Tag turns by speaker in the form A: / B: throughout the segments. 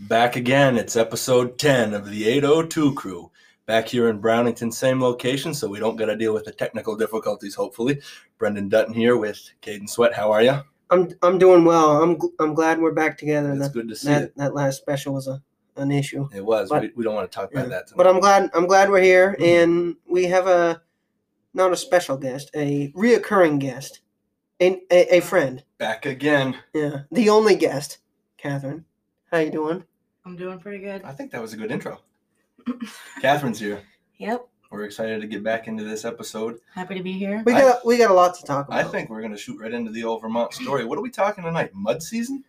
A: Back again. It's episode 10 of the 802 crew. Back here in Brownington, same location, so we don't got to deal with the technical difficulties, hopefully. Brendan Dutton here with Caden Sweat. How are you?
B: I'm I'm doing well. I'm gl- I'm glad we're back together.
A: It's
B: That
A: good to see
B: that,
A: it.
B: that last special was a an issue,
A: It was.
B: but-
A: we, we don't want to talk about
B: Yeah.
A: that. Tonight.
B: but I'm glad I'm glad we're here,
A: Mhm.
B: and we have a not a special guest, a reoccurring guest, a, a a friend.
A: Back again.
B: Yeah, the only guest, Catherine. How you doing?
C: I'm doing pretty good.
A: I think that was a good intro. Catherine's here.
C: Yep.
A: We're excited to get back into this episode.
C: Happy to be here.
B: We
A: I-
B: got we got a lot to talk about.
A: I think we're going to shoot right into the old Vermont story. What are we talking tonight? Mud season?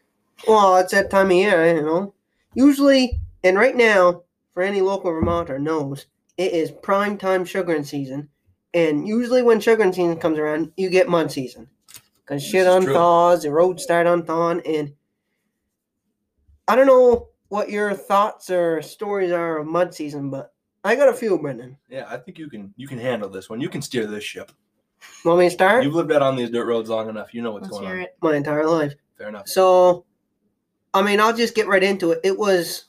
B: Well, it's that time of year, you know. Usually, and right now, for any local Vermonter knows, it is prime time sugaring season. And usually, when sugaring season comes around, you get mud season because
A: This
B: shit
A: is true.
B: unthaws, the roads start unthawing, and I don't know what your thoughts or stories are of mud season, but I got a few, Brendan.
A: Yeah, I think you can you can handle this one. You can steer this ship.
B: Want me to start?
A: You've lived out on these dirt roads long enough. You know what's
C: Let's
A: going
C: hear
A: on.
C: it.
B: My entire life.
A: Fair enough.
B: So, I mean, I'll just get right into it. It was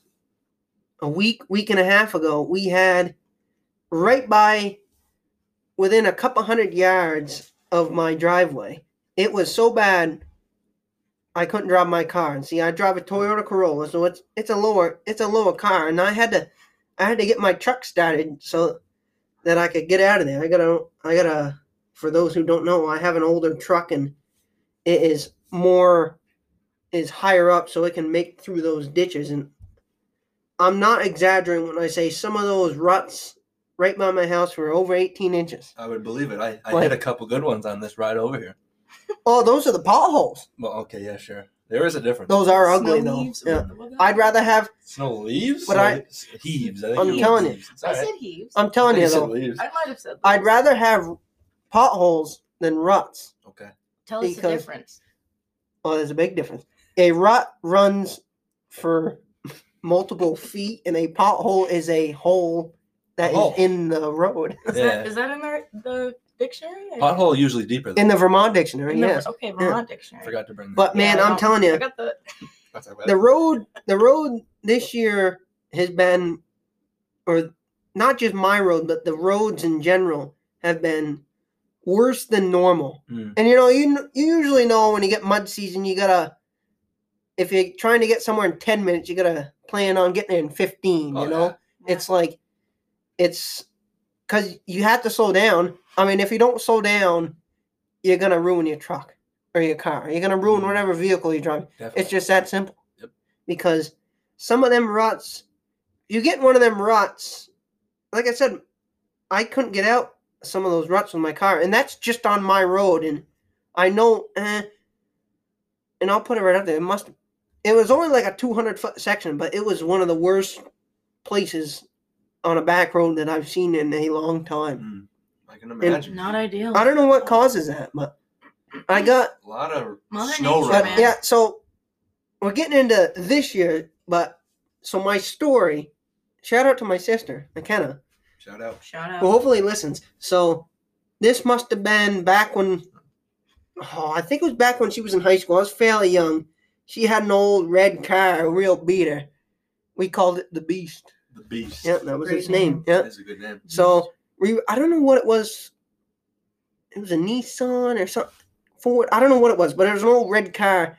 B: a week, week and a half ago. We had right by within a couple hundred yards of my driveway. It was so bad, I couldn't drive my car. And see, I drive a Toyota Corolla, so it's it's a lower it's a lower car, and I had to I had to get my truck started so that I could get out of there. I got a I got a for those who don't know, I have an older truck, and it is more is higher up so it can make through those ditches and i'm not exaggerating when i say some of those ruts right by my house were over 18 inches
A: I would believe it. I, I
B: Like-
A: hit a couple good ones on this ride over here.
B: oh those are the potholes
A: Well, okay, yeah, sure. There is a difference.
B: those are ugly
C: Snow
B: though
C: leaves?
B: yeah.
C: What- what the-
B: i'd rather have
A: Snow leaves?
B: But
A: Snow
B: I-
A: leaves? heaves. I think
B: I'm
A: it was
B: telling you.
A: leaves. It's
C: I
A: all right.
C: said heaves.
B: i'm telling
A: They
B: you
A: said
B: though
A: leaves.
C: I might have said.
B: Um, i'd
C: leaves.
B: rather have potholes than ruts
A: Okay.
C: tell us the
B: because-
C: difference.
B: oh there's a big difference a rut runs for multiple feet and a pothole is a hole that is
A: Hole.
B: in the road
C: Is
A: Yeah.
C: that is that in the the dictionary? I-
A: Pothole usually deeper. Than
B: in the vermont dictionary
C: in the-
B: yes
C: Okay, Vermont dictionary.
A: forgot to bring that.
B: but man
C: Yeah, I
B: i'm
C: don't-
B: telling you
C: I got the.
A: That's all
B: the
A: right.
B: road the road this year has been or not just my road but the roads in general have been worse than normal
A: Mm.
B: and you know you, kn- you usually know when you get mud season you gotta if you're trying to get somewhere in 10 minutes you gotta plan on getting there in 15
A: Oh,
B: you know it's like it's because you have to slow down i mean if you don't slow down you're gonna ruin your truck or your car you're gonna ruin
A: Mhm.
B: whatever vehicle you drive
A: yeah, definitely.
B: it's just that simple.
A: Yep.
B: Because some of them ruts, you get in one of them ruts. Like I said, I couldn't get out some of those ruts with my car, and that's just on my road. And I know, eh, and I'll put it right up there. It must. It was only like a two hundred foot section, but it was one of the worst places on a back road that I've seen in a long time.
A: Mm. I can imagine.
C: Not
D: Mm.
C: ideal.
B: I don't know what causes that, but I got
A: a lot of
C: Mother
A: snow
C: nature,
A: right
B: but
C: man.
B: yeah, so we're getting into this year, but so my story. Shout out to my sister McKenna,
A: Shout out.
C: Shout out.
B: who hopefully listens. So this must have been back when, oh, I think it was back when she was in high school. I was fairly young. She had an old red car, a real beater. We called it the Beast.
A: The Beast.
B: Yeah, that was
C: Great
B: its name. Yeah.
A: That's a good name.
B: So we, I don't know what it was. It was a Nissan or something. Ford. I don't know what it was, but it was an old red car.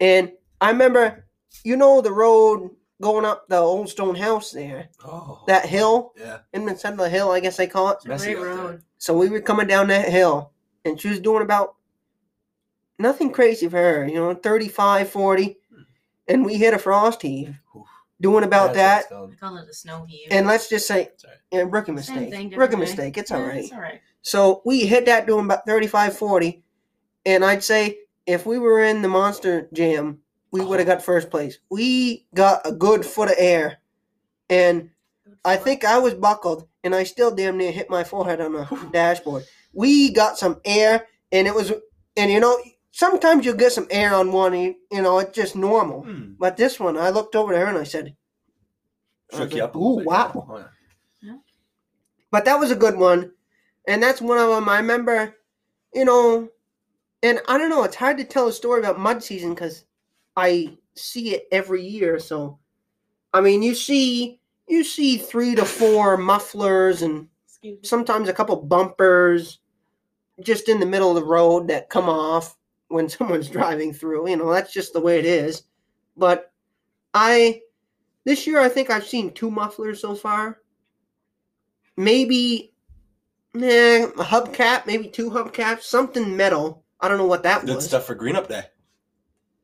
B: And I remember, you know, the road going up the old stone house there,
A: Oh.
B: that hill
A: Yeah.
B: in the center of the hill, I guess they call it.
C: It's a
A: messy
C: great
A: out there.
C: road.
B: So we were coming down that hill, and she was doing about nothing crazy for her, you know, 35, 40. And we hit a frost heave
A: Oof.
B: doing about
A: That's
B: that.
A: what
C: We
A: it's
C: call it a snow heave.
B: And let's just say,
A: Sorry.
B: yeah, rookie
C: Same
B: mistake.
C: thing, different
B: rookie
C: day.
B: mistake. It's all
C: Yeah,
B: right.
C: It's all right.
B: So we hit that doing about 35, 40. And I'd say if we were in the monster jam, we would have
A: Oh.
B: got first place. We got a good foot of air. And I think I was buckled and I still damn near hit my forehead on the dashboard. We got some air and it was, and you know, sometimes you'll get some air on one, and, you know, it's just normal.
A: called. Hmm.
B: But this one, I looked over to her and I said, I
A: Shook
B: was
A: you
B: like,
A: up. a little
B: "Ooh,
A: bit.
B: wow."
A: Oh, yeah.
B: but that was a good one and that's one of them i remember you know and i don't know it's hard to tell a story about mud season because i see it every year so I mean, you see you see three to four mufflers and
C: Excuse
D: Mm-hmm.
C: me.
B: sometimes a couple bumpers just in the middle of the road that come off when someone's driving through. You know, that's just the way it is. But I, this year, I think I've seen two mufflers so far. Maybe, nah, a hubcap, maybe two hubcaps, something metal. I don't know what that
A: Good
B: was.
A: stuff for Green Up Day.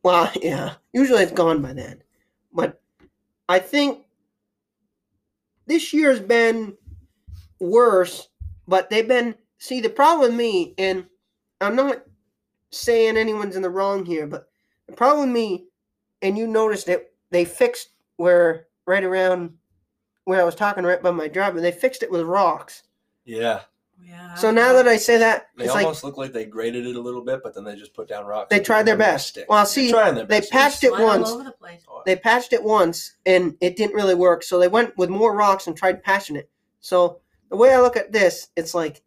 B: Well, yeah. Usually it's gone by then. But I think this year's been worse, but they've been see the problem with me, and I'm not saying anyone's in the wrong here, but the problem with me, and you noticed that they fixed where right around where I was talking right by my driveway, they fixed it with rocks.
A: Yeah,
C: Yeah.
B: So now that I say that,
A: Ah. they
B: it's like
A: almost look like they graded it a little bit, but then they just put down rocks.
B: They
A: and put
B: tried
A: them
B: their
A: on the
B: best.
A: stick.
B: Well,
A: They're
B: see,
A: trying their
B: they
A: best.
B: patched it
C: Slide all
B: once.
C: over the place.
B: they patched it once and it didn't really work so they went with more rocks and tried patching it so the way i look at this it's like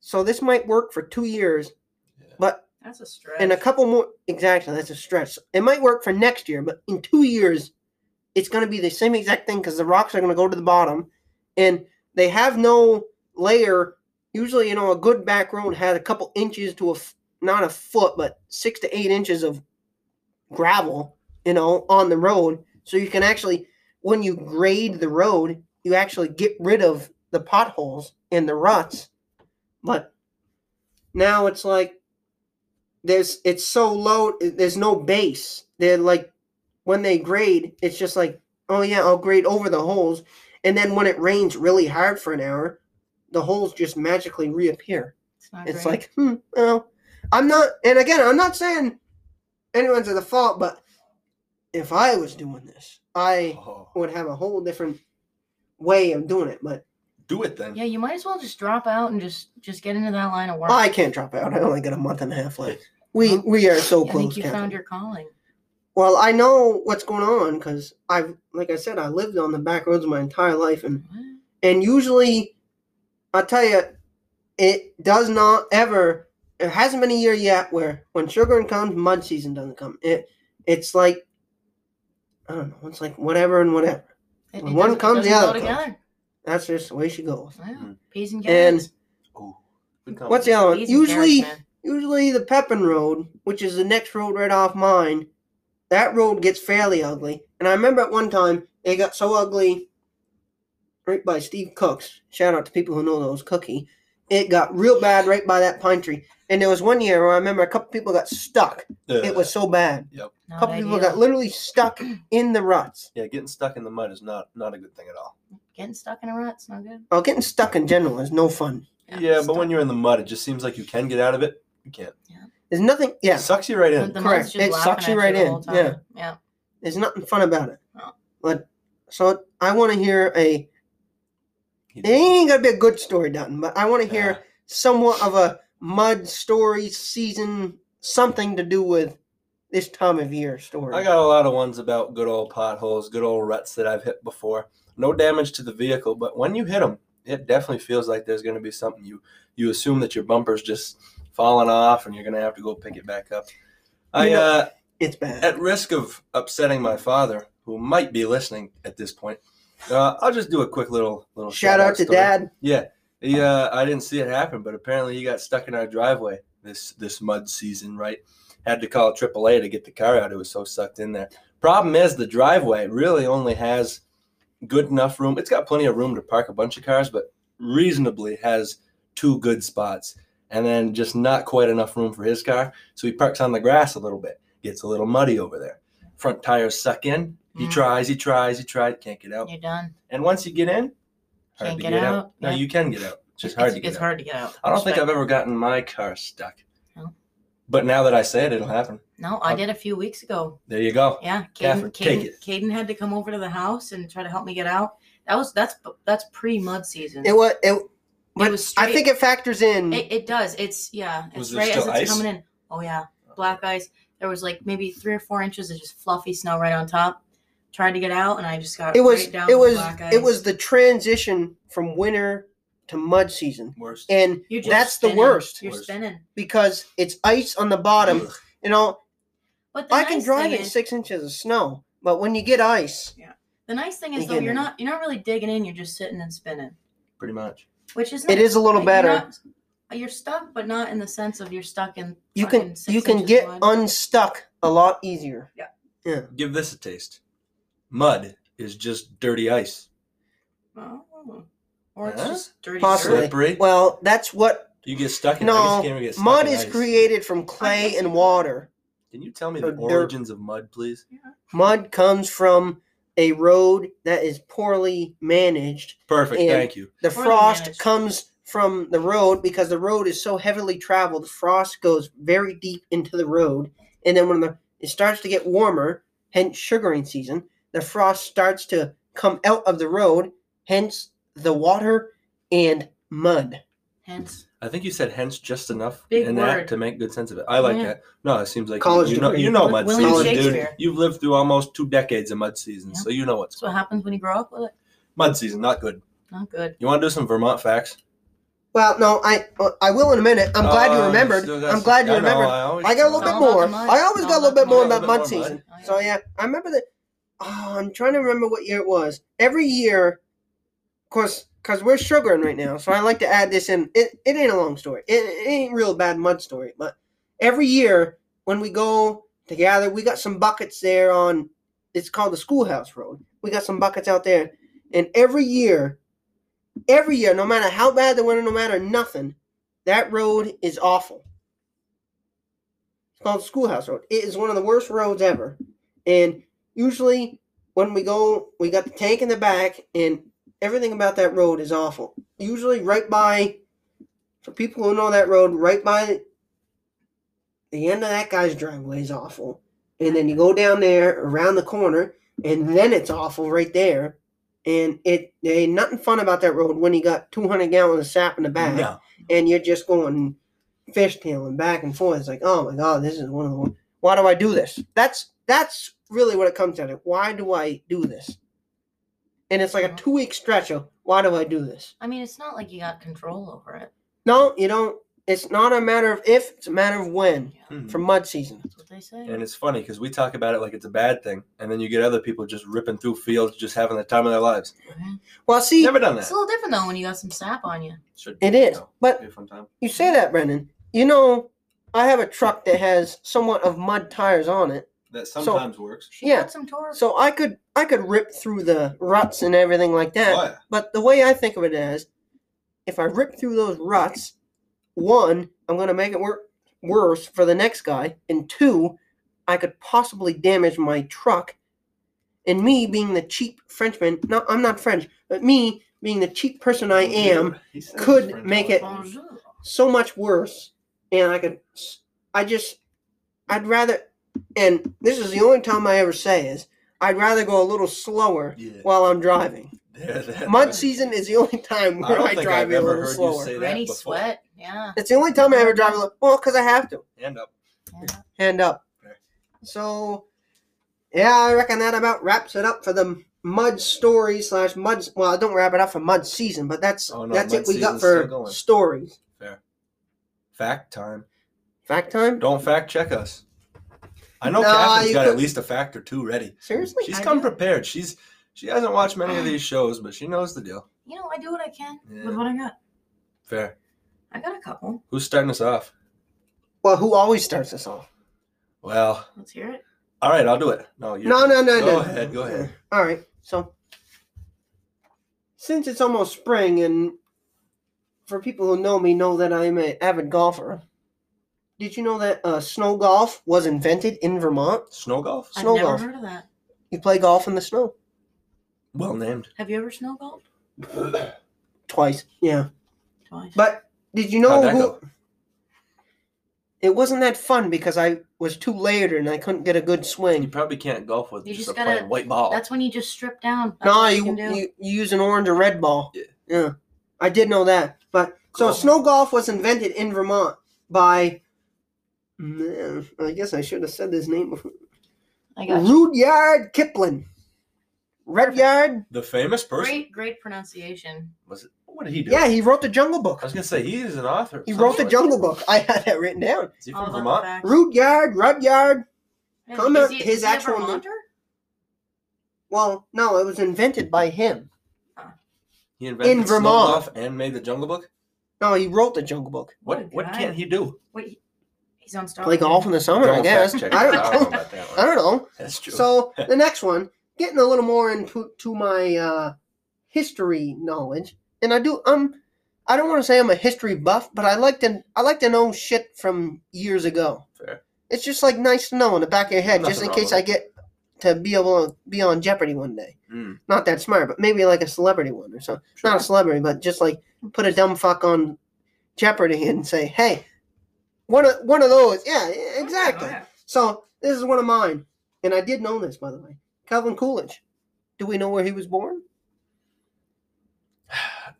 B: so this might work for two years
A: Yeah.
B: but
C: That's a stretch.
B: in a couple more exactly that's a stretch it might work for next year but in two years it's going to be the same exact thing because the rocks are going to go to the bottom and they have no layer usually you know a good back road had a couple inches to a f- not a foot but six to eight inches of gravel you know, on the road. So you can actually, when you grade the road, you actually get rid of the potholes and the ruts. But now it's like there's it's so low. There's no base. They're like when they grade, it's just like, oh yeah, I'll grade over the holes, and then when it rains really hard for an hour, the holes just magically reappear.
C: it's not
B: It's
C: great.
B: like, hmm, well, I'm not, and again, I'm not saying anyone's at the fault, but if I was doing this, I
A: Oh,
B: would have a whole different way of doing it. But
A: do it then.
D: Yeah, you might as well just drop out and just just get into that line of work.
B: I can't drop out. I only got a month and a half left. We we are so
D: I
B: close.
D: think you
B: Catherine.
D: found your calling.
B: well, I know what's going on because I've, like I said, I lived on the back roads my entire life, and and usually i tell you it does not ever it hasn't been a year yet where when sugar comes mud season doesn't come it it's like i don't know it's like whatever and whatever
D: It- it
B: When one
D: doesn't- it
B: comes, the
D: doesn't go
B: other comes.
D: together.
B: that's just the way she goes
D: Wow.
A: Mhm.
D: Peas and
B: And-
D: carrots.
A: Ooh, good
B: what's the other one
D: Peas and
B: usually
D: carrots, man.
B: usually the Pepin Road, which is the next road right off mine, that road gets fairly ugly. And I remember at one time they got so ugly right by Steve Cook's. Shout out to people who know those cookie. It got real bad right by that pine tree. And there was one year where I remember a couple people got stuck.
A: comment.
B: It was so bad. A
D: Not
B: couple people
D: ideal.
B: got literally stuck in the ruts.
A: yeah, getting stuck in the mud is not not a good thing at all.
D: getting stuck in a rut's not good.
B: Oh, getting stuck in general is no fun.
A: Yeah, but when you're in the mud, it just seems like you can get out of it. You can't.
B: There's nothing,
A: It
B: yeah,
A: sucks you right in.
D: the
B: correct.
D: mud's just
B: It
D: laughing
B: sucks you
D: at
B: right
D: the
B: in,
D: whole time.
B: yeah.
D: yeah.
B: there's nothing fun about it.
D: No.
B: But so I want to hear a
A: You
B: It ain't gonna be a good story, Dutton, but I want to hear
A: Yeah.
B: somewhat of a mud story season, something to do with this time of year story.
A: I got a lot of ones about good old potholes, good old ruts that I've hit before. No damage to the vehicle, but when you hit them, it definitely feels like there's going to be something. You you assume that your bumper's just falling off, and you're going to have to go pick it back up. I
B: You know-
A: uh,
B: it's bad.
A: at risk of upsetting my father, who might be listening at this point. Uh, I'll just do a quick little little
B: Shout out to
A: story.
B: Dad.
A: Yeah, I didn't see it happen, but apparently he got stuck in our driveway this this mud season, right? Had to call AAA to get the car out. It was so sucked in there. Problem is, the driveway really only has good enough room. It's got plenty of room to park a bunch of cars, but reasonably has two good spots, and then just not quite enough room for his car. So he parks on the grass a little bit. Gets a little muddy over there. Front tires suck in. He
D: Mm.
A: tries, he tries, he tries, can't get out.
D: You're done.
A: And once you get in, hard
D: Can't
A: to
D: get
A: get out.
D: out,
A: No,
D: yeah.
A: you can get out. It's just hard
D: it's,
A: to get
D: it's
A: out.
D: hard to Oh. get out.
A: I don't think I've
D: Respect-
A: ever gotten my car stuck.
D: No.
A: But now that I say it, it'll happen.
D: No, I
A: I've-
D: did a few weeks ago.
A: There you go.
D: Yeah,
A: Catherine,
D: Caden,
A: take
D: Caden, Caden had to come over to the house and try to help me get out. That was that's that's pre mud season.
B: It was. It, but
D: It was
B: I think it factors in.
D: It, it does. It's yeah. It's
A: Was there
D: right as
A: still
D: it's
A: ice?
D: coming in. Oh yeah, black ice. There was like maybe three or four inches of just fluffy snow right on top. Tried to get out, and I just got
B: it was.
D: Right down
B: it
D: with
B: was.
D: Black ice.
B: It was the transition from winter to mud season,
A: Worst.
B: and
D: You're just
B: that's the
D: spinning.
B: worst.
D: You're
A: Worst.
D: spinning.
B: because it's ice on the bottom.
A: Ugh.
B: You know,
D: But the
B: I can
D: nice
B: drive
D: thing
B: in
D: is-
B: six inches of snow, but when you get ice,
D: The nice thing
B: You
D: is though,
B: get
D: you're
B: it.
D: not you're not really digging in. You're just sitting and spinning,
A: pretty much.
D: which is
B: It
D: nice.
B: is a little
D: Like,
B: better.
D: You're, not- you're stuck, but not in the sense of you're stuck in.
B: you can
D: fucking six
B: you can
D: inches
B: get
D: wide.
B: unstuck a lot easier.
A: Give this a taste. Mud is just dirty ice.
D: Oh. Or it's
A: Huh?
D: just dirty.
B: Possibly.
D: dirt.
A: Slippery.
B: Well, that's what
A: You get stuck in
B: No,
A: ice. Can't even get stuck
B: mud
A: in
B: is
A: ice.
B: created from clay and water.
A: Can you tell me
B: or
A: the
B: dirt.
A: origins of mud, please?
B: Mud comes from a road that is poorly managed
A: Perfect.
B: And-
A: Thank you.
B: the
D: Poorly
B: frost
D: managed.
B: comes from the road because the road is so heavily traveled the frost goes very deep into the road and then when the, it starts to get warmer hence sugaring season the frost starts to come out of the road hence the water and mud
D: Hence,
A: I think you said hence just enough
D: Big
A: in
D: word.
A: that to make good sense of it. I like
D: Yeah.
A: that. No, it seems like
B: College
A: you know
B: degree.
A: you know
D: Wi-
A: mud
D: William
A: season, dude.
D: Shakespeare.
A: You've lived through almost two decades of mud season,
D: Yeah.
A: so you know what's
D: that's what happens when you grow up with it.
A: mud season. Not good.
D: Not good.
A: You want to do some Vermont facts?
B: well no i i will in a minute i'm glad you
A: Uh,
B: remembered
A: still
B: i'm
A: got some-
B: glad you
A: I know,
B: remembered
A: I, always-
B: I got a little
D: All
B: bit
D: about
B: more.
D: the mud.
B: I always
D: All
B: got a little
D: about
B: bit
D: the
B: more
D: mud.
B: about
A: Little
B: mud
A: bit more mud.
B: season. So yeah, I remember that. Oh, I'm trying to remember what year it was. Every year, of course, because we're sugaring right now, so I like to add this in. It, it ain't a long story. It, it ain't real bad mud story, but every year when we go to gather, we got some buckets there on. It's called the schoolhouse road. We got some buckets out there, and every year, every year, no matter how bad the winter, no matter nothing, that road is awful. It's called Schoolhouse Road. It is one of the worst roads ever. And usually when we go, we got the tank in the back, and everything about that road is awful. Usually right by, for people who know that road, right by the end of that guy's driveway is awful. And then you go down there around the corner, and then it's awful right there. And it there ain't nothing fun about that road when you got 200 gallons of sap in the back
A: No.
B: and you're just going fishtailing back and forth. It's like, oh my god, this is one of the. Why do I do this? That's that's really what it comes down to. Why do I do this? And it's like a
A: Uh-huh.
D: Mhm.
B: two week stretch of why do I do this?
D: I mean, it's not like you got control over it.
B: No, you don't. It's not a matter of if; it's a matter of when
D: Yeah,
A: Mhm.
B: for mud season.
D: that's what they say.
A: And it's funny because we talk about it like it's a bad thing, and then you get other people just ripping through fields, just having the time of their lives.
D: Mhm.
B: Well, see,
A: Never done
D: It's
A: that.
D: a little different though when you got some sap on you.
A: Should
B: it is.
A: No.
B: But
A: be a fun time.
B: you say that, Brendan. You know, I have a truck that has somewhat of mud tires on it.
A: That sometimes works.
D: She
B: Yeah.
D: got some torque.
B: So I could I could rip through the ruts and everything like that.
A: Oh, yeah.
B: But the way I think of it is, if I rip through those ruts, one, I'm going to make it wor- worse for the next guy, and two, I could possibly damage my truck. And me being the cheap Frenchman, no, I'm not French, but me being the cheap person I am,
A: He said
B: could
A: his friends
B: make
A: all
B: it-
A: the time.
D: Bonjour.
B: so much worse. And I could, s- I just, I'd rather, and this is the only time I ever say is, I'd rather go a little slower
A: Yeah.
B: while I'm driving.
A: There, that-
B: Mud season is the only time
A: I
B: where
A: don't
B: I,
A: think
B: drive
A: I've
B: it a
A: ever
B: little
A: heard
B: slower.
A: you say that
D: Granny
A: before.
D: sweat. Yeah.
B: It's the only time I ever drive a little. Well, because I have to.
A: Hand up.
D: yeah.
B: Hand up.
A: Fair.
B: So, yeah, I reckon that about wraps it up for the mud story slash mud. Well, I don't wrap it up for mud season, but that's
A: Oh, no,
B: that's
A: mud
B: it we
A: season's
B: got
A: still
B: for
A: going.
B: stories.
A: Fact time.
B: Fact time.
A: Don't fact check us. I know
B: No,
A: Catherine's
B: you
A: got at
B: could-
A: least a fact or two ready.
B: Seriously, Ah.
A: She's
D: I
A: come
D: do.
A: prepared. She's she hasn't watched many of these shows, but she knows the deal.
D: You know, I do what I can
A: Yeah.
D: with what I got.
A: Fair.
D: I got a couple.
A: Who's starting us off?
B: well, who always starts us off?
A: Well,
D: Let's hear it.
A: all right, I'll do it. No, you.
B: No, no, no,
A: Go
B: no.
A: ahead. Go ahead.
B: All right. So, since it's almost spring, and for people who know me, know that I'm an avid golfer. Did you know that uh, snow golf was invented in Vermont?
A: Snow golf.
B: Snow
D: I've never
B: golf.
D: heard of that.
B: You play golf in the snow
A: Well named.
D: Have you ever snow golfed?
B: twice. Yeah.
D: Twice.
B: But did you
A: How'd
B: know
A: that
B: who?
A: go?
B: It wasn't that fun because I was too layered and I couldn't get a good
A: You
B: swing.
A: probably can't golf with
D: You
A: just, a
D: just gotta-
A: plain white ball.
D: That's when you just strip down. That's
B: No,
D: what
B: you,
D: can do.
B: you you use an orange or red ball.
A: Yeah.
B: yeah. I did know that. But so
A: Cool.
B: snow golf was invented in Vermont by. Man, I guess I should have said his name before.
D: I got you.
B: Rudyard Kipling. Rudyard.
A: the famous person.
D: great, great pronunciation.
A: Was it? What did he do?
B: Yeah, he wrote the Jungle
A: I
B: Book.
A: was gonna say he is an author. of
B: He
A: some
B: wrote the
A: sort.
B: Jungle Book. I had that written down.
A: Is he
D: All
A: from
D: about the
A: Vermont?
D: facts.
B: Rudyard, Rudyard.
D: Yeah,
B: Come
D: is
B: out- his
D: is
B: actual
D: a
B: name-
D: Vermonter?
B: Well, no, it was invented by him.
A: He invented
B: In
A: Snow
B: Vermont.
A: Bluff and made the Jungle Book.
B: No, he wrote the Jungle Book.
A: What?
D: What a
A: what
D: guy.
A: can't he do?
D: Wait, he's on Star.
B: Play
D: Wars.
B: golf in the summer, I
A: Don't
B: guess.
A: fact check
B: I
A: us.
B: don't
A: I don't
B: know.
A: know about that
B: I
A: one.
B: don't know.
A: That's true.
B: So the next one, getting a little more into to my uh, history knowledge, and I do um, I don't want to say I'm a history buff, but I like to I like to know shit from years ago.
A: Fair.
B: It's just like nice to know in the back of your head,
A: Nothing
B: just in
A: wrong
B: case
A: with
B: I get to be able to be on Jeopardy one day.
A: Mm,
B: Not that smart, but maybe like a celebrity one or something. Not a celebrity, but just like put a dumb fuck on Jeopardy and say, hey, one of one of those. Yeah, e-, exactly.
D: yeah.
B: So this is one of mine, and I did know this by the way. Calvin Coolidge. Do we know where he was born?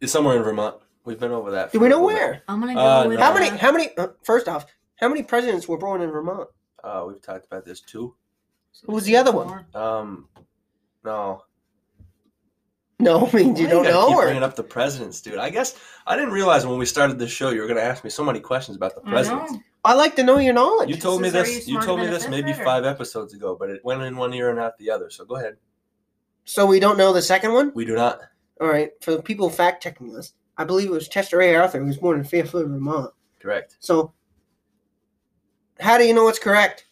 A: It's somewhere in Vermont. We've been over that.
B: Do
A: for
B: we
A: a
B: know
A: little
B: where?
D: I'm gonna go
A: Uh,
D: with.
A: no.
B: How many?
D: uh,
B: How many? Uh, first off, how many presidents were born in Vermont?
A: bit. Uh, we've talked about this too.
B: Who was the other one?
D: Four.
A: Um, no.
B: No, I mean you
A: Why
B: don't
A: gotta
B: know,
A: keep
B: or
A: bringing up the presidents, dude. I guess I didn't realize when we started this show you were going to ask me so many questions about the
D: I know.
A: presidents.
B: I like to know your knowledge.
A: You told me
D: This is- are
A: this.
D: you
A: You
D: smarter
A: told me
D: than a
A: this
D: fifth
A: maybe
D: grader?
A: five episodes ago, but it went in one ear and out the other. So go ahead.
B: so we don't know the second one.
A: We do not.
B: All right, for the people fact checking us, I believe it was Chester A. Arthur who was born in Fairfield, Vermont.
A: Correct.
B: So, how do you know it's correct?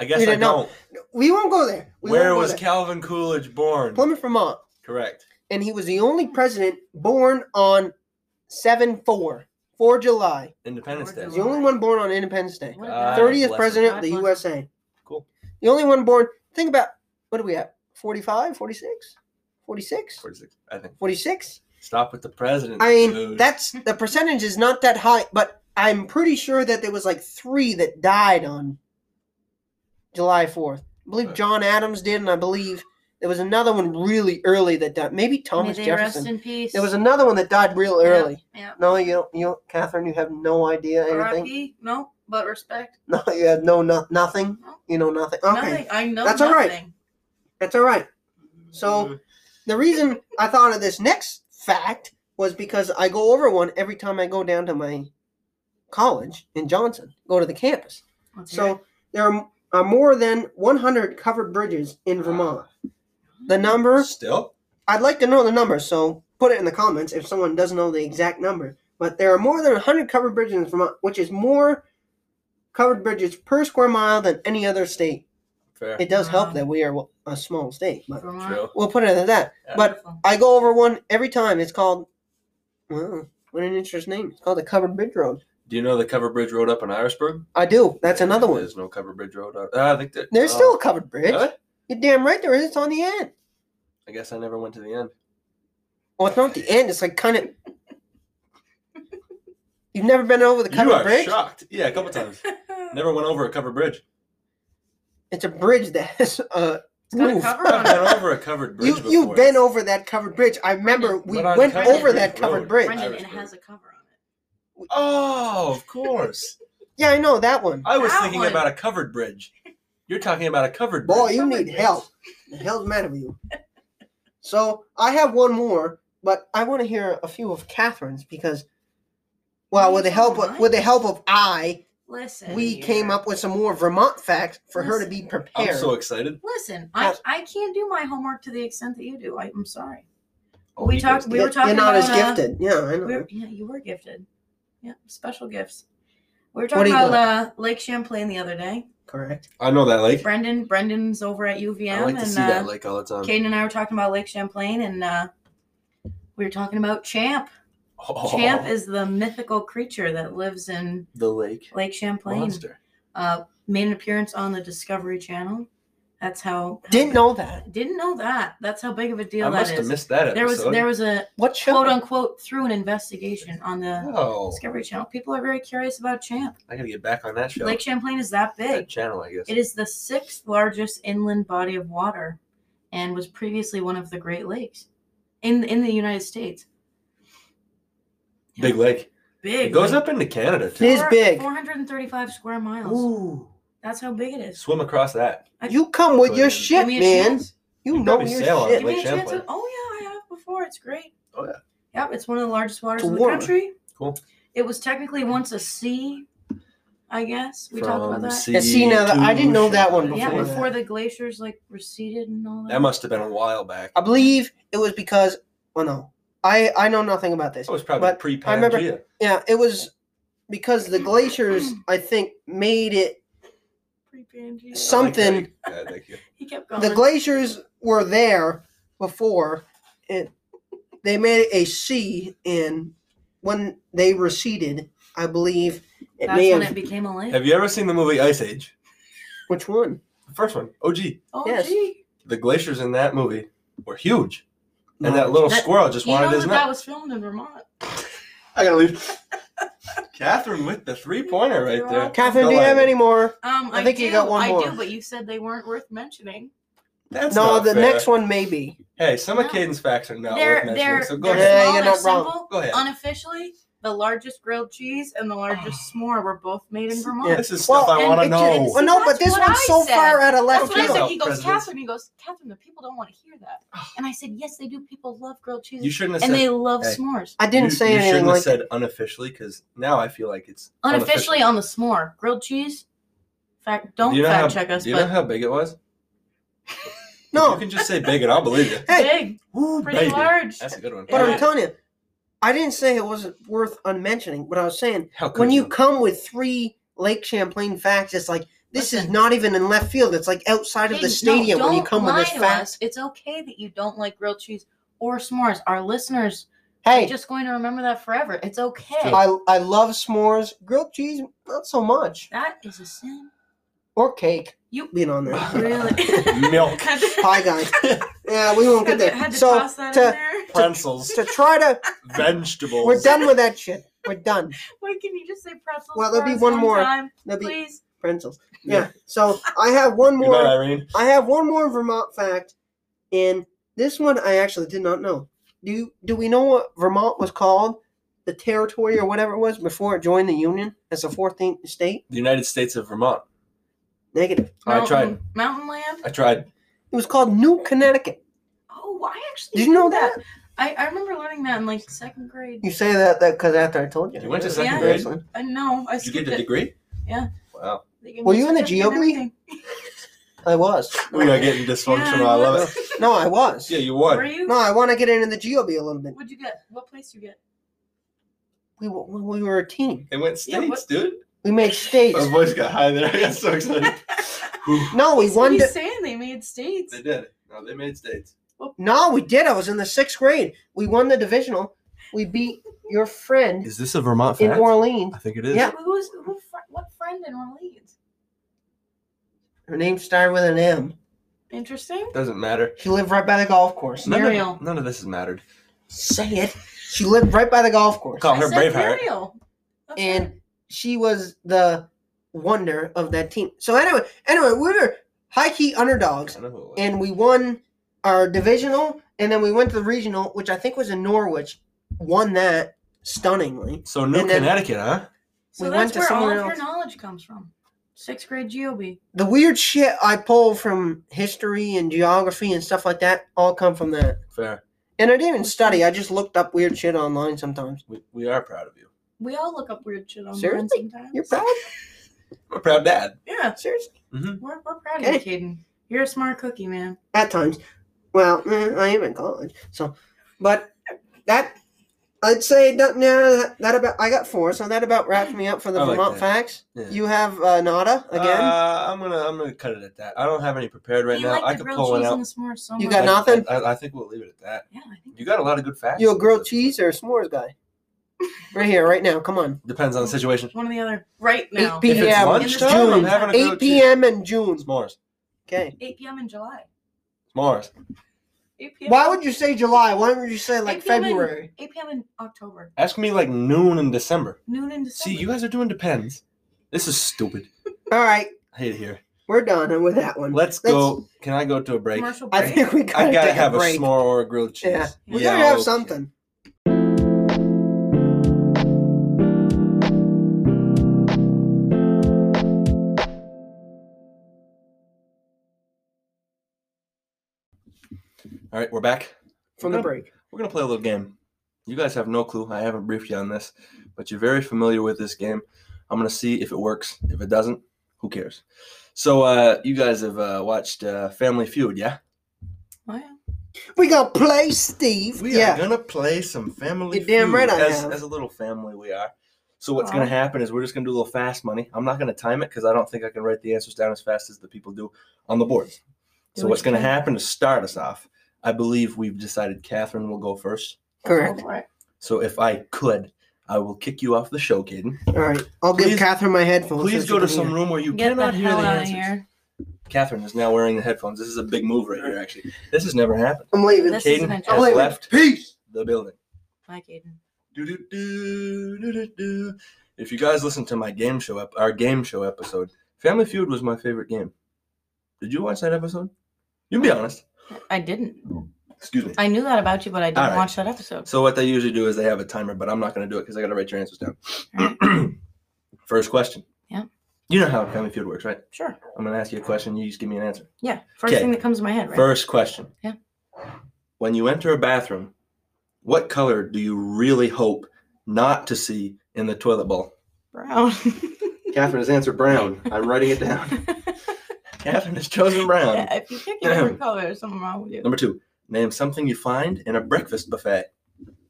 A: I guess
B: We
A: I
B: didn't know.
A: don't.
B: We won't go there. We
A: Where
B: won't go
A: was
B: there.
A: Calvin Coolidge born?
B: Plymouth, Vermont?
A: Correct.
B: and he was the only president born on 7 4, 4 July.
A: Independence Day.
B: He's the only one born on Independence Day.
D: What a
A: Uh,
D: guy.
B: 30th
A: bless
B: president of the
D: him. God bless
B: USA.
A: Cool.
B: The only one born, think about, what are we at? 45, 46, 46,
A: 46, I think.
B: 46?
A: Stop with the president.
B: I mean,
A: dude.
B: that's the percentage is not that high, but I'm pretty sure that there was like three that died on July 4th. I believe
A: Right.
B: John Adams did, and I believe there was another one really early that died. Maybe Thomas
D: May they rest
B: Jefferson.
D: in peace.
B: There was another one that died real early.
D: Yeah.
B: No, you don't, you don't, Catherine. You have no idea anything.
D: RIP. No, but respect.
B: No, you have no, no nothing.
D: No.
B: You know nothing. Okay,
D: Nothing. I know.
B: That's all right.
D: nothing.
B: that's all right. So the reason I thought of this next fact was because I go over one every time I go down to my college in Johnson, go to the campus.
D: Let's hear it.
B: So there are, are more than 100 covered bridges in Vermont. The number
A: still
B: I'd like to know the number, so put it in the comments if someone does know the exact number. But there are more than 100 covered bridges in Vermont, which is more covered bridges per square mile than any other state.
A: fair.
B: It does help
D: Wow.
B: that we are a small state, but
D: Vermont.
A: True.
B: we'll put it at that. But
D: Beautiful.
B: I go over one every time. It's called, wow, what an interesting name. It's called the Covered Bridge Road.
A: Do you know the covered bridge road up in Irisburg?
B: I do. That's another one.
A: There's no covered bridge road. Out. Ah, I think that,
B: There's
A: oh,
B: still a covered bridge.
A: really?
B: You're damn right there is. It's on the end.
A: I guess I never went to the end.
B: Well, it's not the end. It's like kind of. You've never been over the
A: you
B: covered
A: are
B: bridge?
A: shocked. Yeah, a couple times. Never went over a covered bridge.
B: It's a bridge that has a
D: got a
B: roof.
D: cover
A: I've been over a covered bridge
B: you
A: before.
B: you've been over that covered bridge. I remember
D: Brendan,
B: we
A: but on
B: went
A: covered
B: over
A: bridge
B: that
A: road.
B: covered bridge.
D: Brendan, it
A: Irisburg.
D: has a cover on it.
A: Oh, of course.
B: Yeah, I know that one.
A: I was
D: That
A: thinking
D: one.
A: about a covered bridge. You're talking about a covered
B: Boy,
A: bridge.
B: you
D: covered
B: need
D: bridge.
B: help. The hell's the matter with you? So I have one more, but I want to hear a few of Catherine's because, well,
D: You
B: with the
D: don't
B: help of,
D: mind?
B: with the help of I,
D: Listen.
B: we
D: here.
B: came up with some more Vermont facts for her to be
D: Listen.
B: prepared.
A: I'm so excited.
D: Listen, I,
B: Yes.
D: I can't do my homework to the extent that you do. I, I'm sorry.
A: Oh,
D: we
A: he
D: talked.
A: goes-
D: We were
B: You're-
D: talking
B: You're not
D: about uh,
B: as gifted. Yeah, I know.
D: We were, yeah, you were gifted. Yeah, special gifts. We were
B: What do
D: talking
B: you
D: about
B: got?
D: uh, Lake Champlain the other day.
B: Correct.
A: I know that lake.
D: Brendan, Brendan's over at UVM,
A: I like to
D: and
A: see that
D: uh,
A: lake all the time.
D: Caden and I were talking about Lake Champlain, and uh, we were talking about Champ.
A: Oh,
D: Champ is the mythical creature that lives in
A: the lake
D: Lake Champlain.
A: monster.
D: Uh, made an appearance on the Discovery Channel. That's how. how
B: Didn't know that.
D: Didn't know that. That's how big of a deal
A: I
D: that
A: must have
D: is.
A: missed that episode.
D: There was there was a
B: What show?
D: quote unquote through an investigation on the
A: oh,
D: Discovery Channel. People are very curious about Champ.
A: I gotta get back on that show.
D: Lake Champlain is that
A: that
D: big.
A: channel, I guess.
D: It is the sixth largest inland body of water, and was previously one of the Great Lakes, in in the United States.
A: Big lake.
D: Big.
A: It goes
D: like
A: up into Canada too.
B: It is
D: four-
B: big.
D: 435 square miles.
B: Ooh.
D: That's how big it is.
A: Swim across that.
B: You come with your
A: Give
B: shit,
D: me a
B: man.
D: chance.
B: You
A: You
B: know
A: probably
B: your
A: sail on
B: shit.
D: Give me a
A: Lake
D: chance.
A: Champlain.
D: oh yeah, I have before. It's great.
A: Oh, yeah.
D: Yep, it's one of the largest waters
B: It's
D: in the
B: warmer.
D: country.
A: Cool.
D: It was technically once a sea. I guess we talked
A: from
D: about that.
A: sea
B: Yeah, see, now that- I didn't know that one
A: to
D: yeah,
B: before
D: before
B: that.
D: the glaciers like receded and all that.
A: That must have been a while back.
B: I believe it was because. Oh no, I I know nothing about this.
A: That was probably
B: but
A: pre
B: I remember-
A: Pangea.
B: Yeah, it was because the glaciers. I think made it.
D: Pre-Pangea.
B: Some- something-
A: Yeah, thank you.
D: he kept going.
B: The glaciers were there before, and they made it a sea. And when they receded, I believe it
D: That's
B: may
D: when
B: have.
D: it became a lake.
A: Have you ever seen the movie Ice Age?
B: which one?
A: The first one. OG.
D: oh,
B: yes.
D: gee.
A: The glaciers in that movie were huge. And that
B: No.
A: little
D: That-
A: squirrel just
D: You know
A: wanted
D: that
A: his nut.
D: that was filmed in Vermont.
A: I gotta leave. Catherine with the three pointer right there.
B: Catherine,
A: No,
B: do you
A: I-
B: have any more?
D: Um,
B: I
D: I,
B: think
D: do,
B: you got one
D: I
B: more.
D: do, but you said they weren't worth mentioning.
A: That's
B: no,
A: not
B: the
A: fair.
B: next one may be.
A: Hey, some of
D: No.
A: Caden's facts are not worth
D: they're
A: mentioning.
D: they're,
A: so go
D: they're
A: ahead.
B: Yeah,
D: small
B: you're
D: and
B: not wrong.
D: simple.
A: Go ahead.
D: Unofficially, the largest grilled cheese and the largest s'more were both made in Vermont.
B: Yeah.
A: This is
B: Well,
A: stuff I
D: and
A: want to
D: it
A: know.
D: just-
B: Well, no, but
D: that's
B: this
D: what
B: one's
D: I
B: so
D: said.
B: far out of left
D: That's what
A: feel
D: I
B: field.
D: said.
A: about
D: He goes,
A: presidents.
D: Catherine. He goes, Catherine. The people don't want to hear that. And I said, yes, they do. People love grilled cheese,
A: You shouldn't have
D: and
A: said.
D: they love
A: Hey.
D: s'mores.
B: I didn't
A: you,
B: say
A: you
B: anything
A: shouldn't
B: like
A: have said unofficially because now I feel like it's
D: Unofficially
A: unofficial.
D: on the s'more, grilled cheese. Fact, don't
A: Do you know
D: fact
A: how-
D: check us,
A: Do you know
D: but
A: how big it was? you
B: no.
A: can just say big and I'll believe you.
B: Hey,
D: big,
A: Ooh,
D: pretty
A: baby.
D: large.
A: That's a good one.
B: but
D: Yeah.
B: I'm telling you, I didn't say it wasn't worth unmentioning. What I was saying,
A: How could
B: when you come with three Lake Champlain facts, it's like this is
D: Listen.
B: not even in left field. It's like outside of the
D: Hayden,
B: stadium
D: no,
B: when you
D: don't
B: come with
D: lie
B: this
D: to
B: fact.
D: us. It's okay that you don't like grilled cheese or s'mores. Our listeners are
B: Hey,
D: just going to remember that forever. It's okay.
B: I I love s'mores, grilled cheese, not so much,
D: that is a sin.
B: or cake.
D: You-
B: being on there,
D: Really?
A: Milk.
D: Had to-
B: hi guys. yeah, we won't get
D: had to-
B: there.
D: had to
B: so
D: toss that
B: to-
D: in there.
A: Pretzels,
B: to try to,
A: vegetables.
B: we're done with that shit. We're done.
D: Wait, can you just say pretzels?
B: Well, there'll
D: for
B: be
D: us
B: one more.
D: Time,
B: There'll be
D: please.
B: pretzels.
A: Yeah.
B: Yeah. So I have one
A: Good
B: more.
A: night, Irene.
B: I have one more Vermont fact, and this one I actually did not know. Do do we know what Vermont was called, the territory or whatever it was before it joined the Union as a 14th state?
A: The United States of Vermont.
B: Negative.
A: I tried.
D: Mountain- Mountain land.
A: I tried.
B: It was called New Connecticut.
D: Oh, well, I actually
B: Did you know that?
D: I, I remember learning that in like second grade.
B: You say that that because after I told you,
A: You went to
D: second
B: Yeah.
A: grade?
D: I know. I
A: Did you get
D: skipped
A: the
D: it.
A: degree?
D: Yeah.
A: Wow.
D: They gave
B: Were
D: me
B: you in the
D: certificate and
B: Geo
D: everything.
B: I was.
A: We are getting dysfunctional. I love it.
B: No, I was.
A: Yeah, you
D: Were
A: won.
D: you?
B: No, I want to get into the GOB a little bit.
D: What'd you get? What place did you get?
B: We were, we were a team.
A: It went
D: Yeah, what-
A: states, dude.
B: We made
A: My
B: states.
A: voice got high there. I got so excited. Whew.
B: No, we
D: That's what
B: won.
D: he's
B: di-
D: saying they made states.
A: they did. No, they made states.
B: No, we did. I was in the sixth grade. We won the divisional. We beat your friend
A: Is this a Vermont
B: in Orleans.
A: I think it is.
B: Yeah.
D: Who's who? fr- What friend in Orleans?
B: Her name started with an M.
D: Interesting.
A: Doesn't matter.
B: She lived right by the golf course.
A: None
D: Muriel.
A: of, none of this has mattered.
B: Say it. She lived right by the golf course.
A: Call her
D: I said
A: Braveheart.
D: Muriel. That's
B: And she was the wonder of that team. So anyway, anyway, we were high key underdogs
A: I know who it was.
B: and we won our divisional and then we went to the regional, which I think was in Norwich. Won that stunningly.
A: so New
B: and then-
A: Connecticut, huh?
D: So
B: we went
D: that's
B: to
D: where all
B: someone
D: of your
B: else.
D: knowledge comes from. Sixth grade GOB.
B: The weird shit I pull from history and geography and stuff like that all come from that.
A: Fair.
B: And I didn't even study. I just looked up weird shit online sometimes.
A: We, we are proud of you.
D: We all look up weird shit online
B: Seriously?
D: sometimes.
B: You're proud?
A: I'm a proud dad.
D: Yeah,
B: Seriously?
D: we're, we're proud of you, Caden. You're a smart cookie, man.
B: At times. Well, mm, I am in college, so. But that, I'd say that no, that, that about I got four, so that about wraps me up for the
A: I like
B: Vermont
A: that.
B: facts.
A: Yeah.
B: You have uh, Nada again.
A: Uh, I'm gonna I'm gonna cut it at that. I don't have any prepared right
D: you
A: now.
D: like
A: I
D: the
A: could
D: grilled
A: pull one
D: cheese
A: out.
D: and the s'mores so
B: You
D: much.
B: got nothing?
A: I, I, I think we'll leave it at that.
D: Yeah, I think
A: You got a lot of good facts.
B: you a grilled cheese or a s'mores guy? Right here, right now. Come on.
A: Depends on the situation.
D: one or the other. Right now.
B: 8
A: If it's
B: p.m. in
A: lunchtime, I'm
B: June.
A: having a grilled
B: 8
A: cheese.
B: p.m. in June.
A: S'mores.
B: 'Kay.
D: 8 p.m. in July.
A: S'mores.
D: 8 p.m.
B: Why would you say July? Why would you say like
D: 8 p.m. in-
B: February?
D: 8 p.m. in October.
A: Ask me like noon in December.
D: Noon in
A: See,
D: December.
A: you guys are doing depends. This is stupid.
B: All right,
A: I hate it here.
B: we're done with that one.
A: Let's
B: Let's-
A: go. Can I go to a break?
D: Commercial break.
B: I think we gotta,
A: I gotta
B: take
A: have a,
B: a break.
A: s'more or a grilled cheese.
B: Yeah, we
A: Yeah,
B: gotta have
A: okay.
B: something.
A: All right, we're back.
B: from the break.
A: We're gonna play a little game. You guys have no clue. I haven't briefed you on this, but you're very familiar with this game. I'm gonna see if it works. If it doesn't, who cares? So uh, you guys have uh, watched uh, Family Feud, yeah?
D: Oh, yeah.
B: We gonna play Steve.
A: We
B: yeah.
A: are gonna play some family.
B: You're damn
A: Feud.
B: right I
A: as,
B: am.
A: as a little family we are. So what's
D: Aw.
A: gonna happen is we're just gonna do a little fast money. I'm not gonna time it because I don't think I can write the answers down as fast as the people do on the boards.
D: Do
A: so
D: what
A: what's
D: you
A: gonna
D: can.
A: happen to start us off? I believe we've decided Catherine will go first.
D: Go
B: Correct.
D: for it.
A: So if I could, I will kick you off the show, Caden.
B: All right. I'll give
A: Please-
B: Catherine my headphones.
A: Please go
B: so she
A: to
B: can
A: some
B: hear.
A: room where you
D: Get the
A: cannot hear the
D: hell out of
A: answers.
D: here.
A: Catherine is now wearing the headphones. This is a big move right here, actually. This has never happened.
B: I'm leaving.
D: This is
A: Caden
D: an
A: has
D: adjustment.
B: Wait, wait.
A: left
B: Peace.
A: the building.
D: Bye, Caden.
A: Do-do-do, do-do-do. If you guys listen to my game show, ep- our game show episode, Family Feud was my favorite game. Did you watch that episode? You can be honest.
D: I didn't.
A: Excuse me.
D: I knew that about you, but I didn't
A: Mm. All right.
D: watch that episode.
A: So what they usually do is they have a timer, but I'm not going to do it because I got to write your answers
D: All
A: down. First question.
D: Yeah.
A: You know how Family Feud works, right?
D: Sure.
A: I'm going to ask you a question. You just give me an answer.
D: Yeah. First
A: Okay.
D: thing that comes to my head, right?
A: First question.
D: Yeah.
A: When you enter a bathroom, what color do you really hope not to see in the toilet bowl?
D: Brown.
A: Catherine has answered brown. I'm writing it down. Catherine has chosen brown.
D: Yeah, if you pick a different color, there's something wrong with you.
A: Number two, name something you find in a breakfast buffet.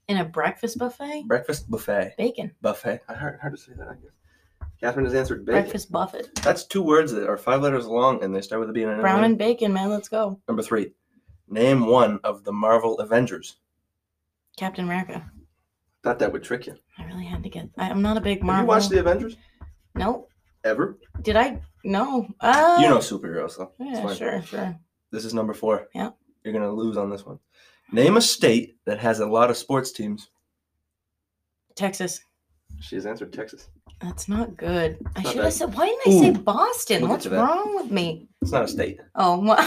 D: In a breakfast buffet?
A: Breakfast buffet.
D: Bacon.
A: Buffet. I heard, hard to say that, I guess. Catherine has answered bacon.
D: Breakfast buffet.
A: That's two words that are five letters long and they start with a B and an
D: Brown
A: N.
D: and bacon, man. Let's go.
A: Number three, name one of the Marvel Avengers.
D: Captain America.
A: Thought that would trick you.
D: I really had to get. I, I'm not a big
A: Have
D: Marvel.
A: you watched the Avengers?
D: No.
A: Ever?
D: Did I? No. Uh,
A: you know superheroes, though. It's
D: Yeah,
A: fine.
D: sure, sure.
A: This is number four.
D: Yeah.
A: You're going to lose on this one. Name a state that has a lot of sports teams.
D: Texas.
A: She has answered Texas.
D: That's not good. I
A: Not
D: should
A: bad.
D: have said. Why didn't I say
A: Ooh,
D: Boston?
A: look
D: What's
A: into that.
D: wrong with me?
A: It's not a state.
D: Oh, my.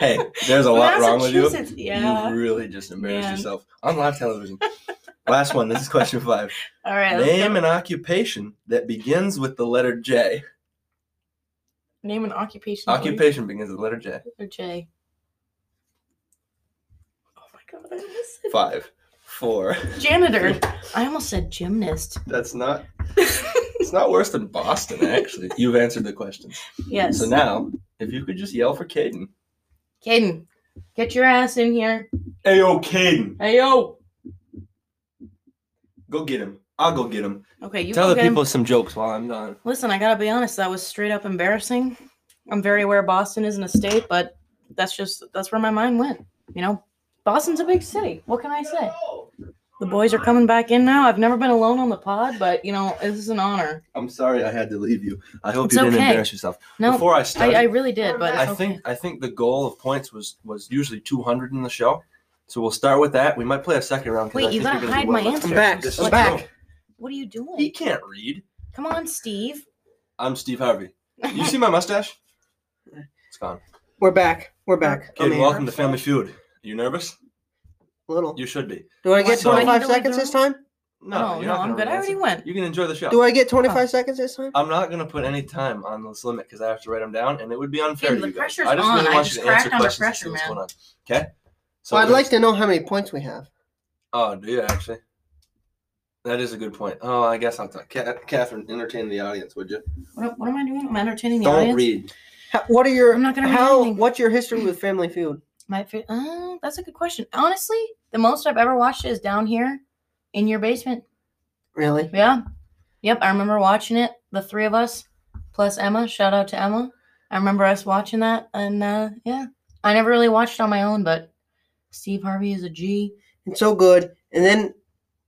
A: hey, there's a lot wrong with you.
D: Massachusetts, Yeah.
A: You really just embarrassed
D: Man.
A: yourself on live television. Last one. This is question five.
D: All right. let's
A: Name
D: go.
A: an occupation that begins with the letter J.
D: Name an occupation. that we-
A: Occupation begins with the letter J.
D: Or J. Oh my god, I almost said
A: Five, four.
D: janitor. I almost said gymnast.
A: That's not. It's not worse than Boston, actually. You've answered the questions.
D: yes.
A: So now, if you could just yell for Caden.
D: Caden, get your ass in here.
A: Hey, yo, Caden,
D: Hey yo.
A: go get him. I'll go get him.
D: Okay, you
A: Tell
D: go
A: the
D: get him.
A: people some jokes while I'm gone.
D: Listen, I gotta be honest. That was straight up embarrassing. I'm very aware Boston isn't a state, but that's just that's where my mind went. You know, Boston's a big city. What can I say? The boys are coming back in now. I've never been alone on the pod, but you know, this is an honor.
A: I'm sorry I had to leave you. I hope
D: It's
A: you didn't
D: okay.
A: embarrass yourself.
D: No,
A: Before I
D: I,
A: started,
D: I really did, but
A: I
D: it's
A: think
D: okay.
A: I think the goal of points was was usually 200 in the show. So we'll start with that. We might play a second round. 'cause
D: Wait,
A: I
D: you
A: think
D: gotta
A: you're gonna do
D: hide
A: well.
D: my
A: Let's-
D: answer.
B: I'm back.
A: let's
B: I'm
A: go.
B: back.
D: What are you
A: He
D: doing?
A: can't read.
D: Come on, Steve.
A: I'm Steve Harvey. You see my mustache? It's gone.
B: We're back. We're back.
A: Kid,
B: I'm in.
A: welcome to Family Feud. You nervous?
B: Little.
A: You should be.
B: Do I get
A: So-
B: 25
D: Do I
B: seconds
D: do-
B: this time?
A: No,
D: Oh, no,
A: you're
D: no,
A: not
D: I'm
A: gonna
D: good. I
A: read
D: already
A: it.
D: won.
A: You can enjoy the show.
B: Do I get 25 seconds this time?
A: I'm not gonna put any time on this limit because I have to write them down, and it would be unfair.
D: Kid,
A: to
D: the
A: you guys.
D: pressure's
A: I just
D: on.
A: really
D: I
A: want
D: just
A: you to answer
D: cracked under
A: questions and see
D: pressure,
A: what's
D: man.
A: going on. Okay. So
B: well, I'd
A: there's-
B: like to know how many points we have.
A: Oh, do you actually? That is a good point. Oh, I guess I'll talk. Ca- Catherine, entertain the audience, would you?
D: What, what am I doing? I'm entertaining the
A: Don't
D: audience.
A: read.
B: How, what are your
D: I'm not gonna read
B: how?
D: anything.
B: What's your history with Family Feud?
D: My fa- uh, that's a good question. Honestly, the most I've ever watched is down here in your basement.
B: Really?
D: Yeah. Yep, I remember watching it, the three of us plus Emma. Shout out to Emma. I remember us watching that and uh yeah. I never really watched on my own, but Steve Harvey is a G.
B: It's so good. And then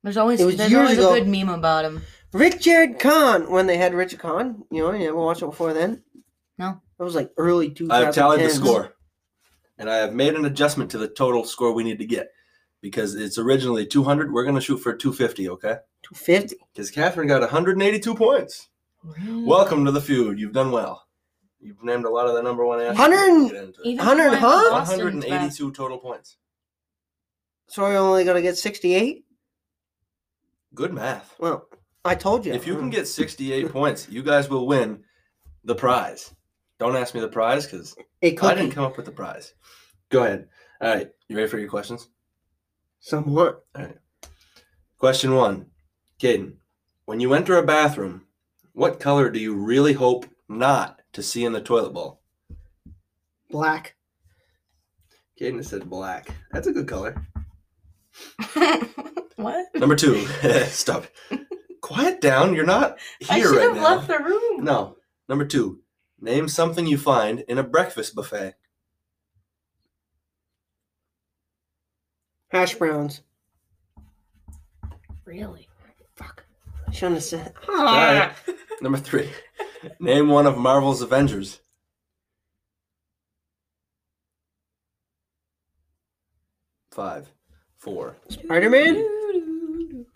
D: There's always
B: It was
D: there's
B: years
D: always
B: ago.
D: a good meme about him.
B: Richard Kahn, when they had Richard Kahn, you know, you ever watched it before then?
D: No.
B: It was like early 2010s.
A: I have tallied the score, and I have made an adjustment to the total score we need to get because it's originally 200. We're going to shoot for 250, okay?
B: 250.
A: Because Catherine got 182 points.
D: Hmm.
A: Welcome to the feud. You've done well. You've named a lot of the number one answers.
B: Hundred and-
A: Get into it.
D: Even
B: 100,
D: Brian
B: huh?
D: Austin's back.
A: 182 total points.
B: So we're only going to get 68?
A: Good math.
B: Well, I told you.
A: If you can get 68 points, you guys will win the prize. Don't ask me the prize because
B: a
A: I
B: cookie,
A: didn't come up with the prize. Go ahead. All right. You ready for your questions?
B: somewhat.
A: Question one Caden, when you enter a bathroom, What color do you really hope not to see in the toilet bowl?
B: Black.
A: Caden said black. That's a good color.
D: what?
A: Number two. Stop. Quiet down. You're not
D: I
A: here
D: should
A: right
D: have
A: now.
D: left the room.
A: No. Number two. Name something you find in a breakfast buffet.
B: Hash browns.
D: Really?
B: Fuck. I shouldn't have said.
D: Ah.
B: "Ah,
A: Sorry. Number three. Name one of Marvel's Avengers. Five, four.
B: Spider-Man?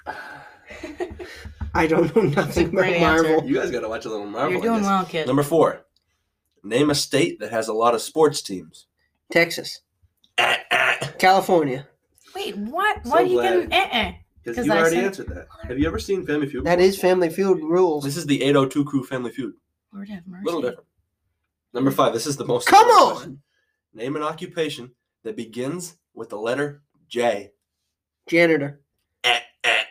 B: I don't know nothing about
D: Great answer.
B: Marvel.
A: You guys got to watch a little Marvel.
D: You're
A: I
D: doing
A: guess.
D: well, kid.
A: Number four. Name a state that has a lot of sports teams.
B: Texas.
A: Ah, ah.
B: California.
D: Wait, what?
A: So
D: Why do you get
A: glad.
D: an eh eh?
A: Because
D: 'Cause
A: you
D: I
A: already
D: said-
A: answered that. Have you ever seen Family Feud?
B: That is Family Feud rules.
A: This is the 802 Crew Family Feud.
D: Lord have mercy.
A: little different. Number five. This is the most.
B: Come
A: important question.
B: on!
A: Name an occupation that begins with the letter J.
B: Janitor.
A: Eh, eh.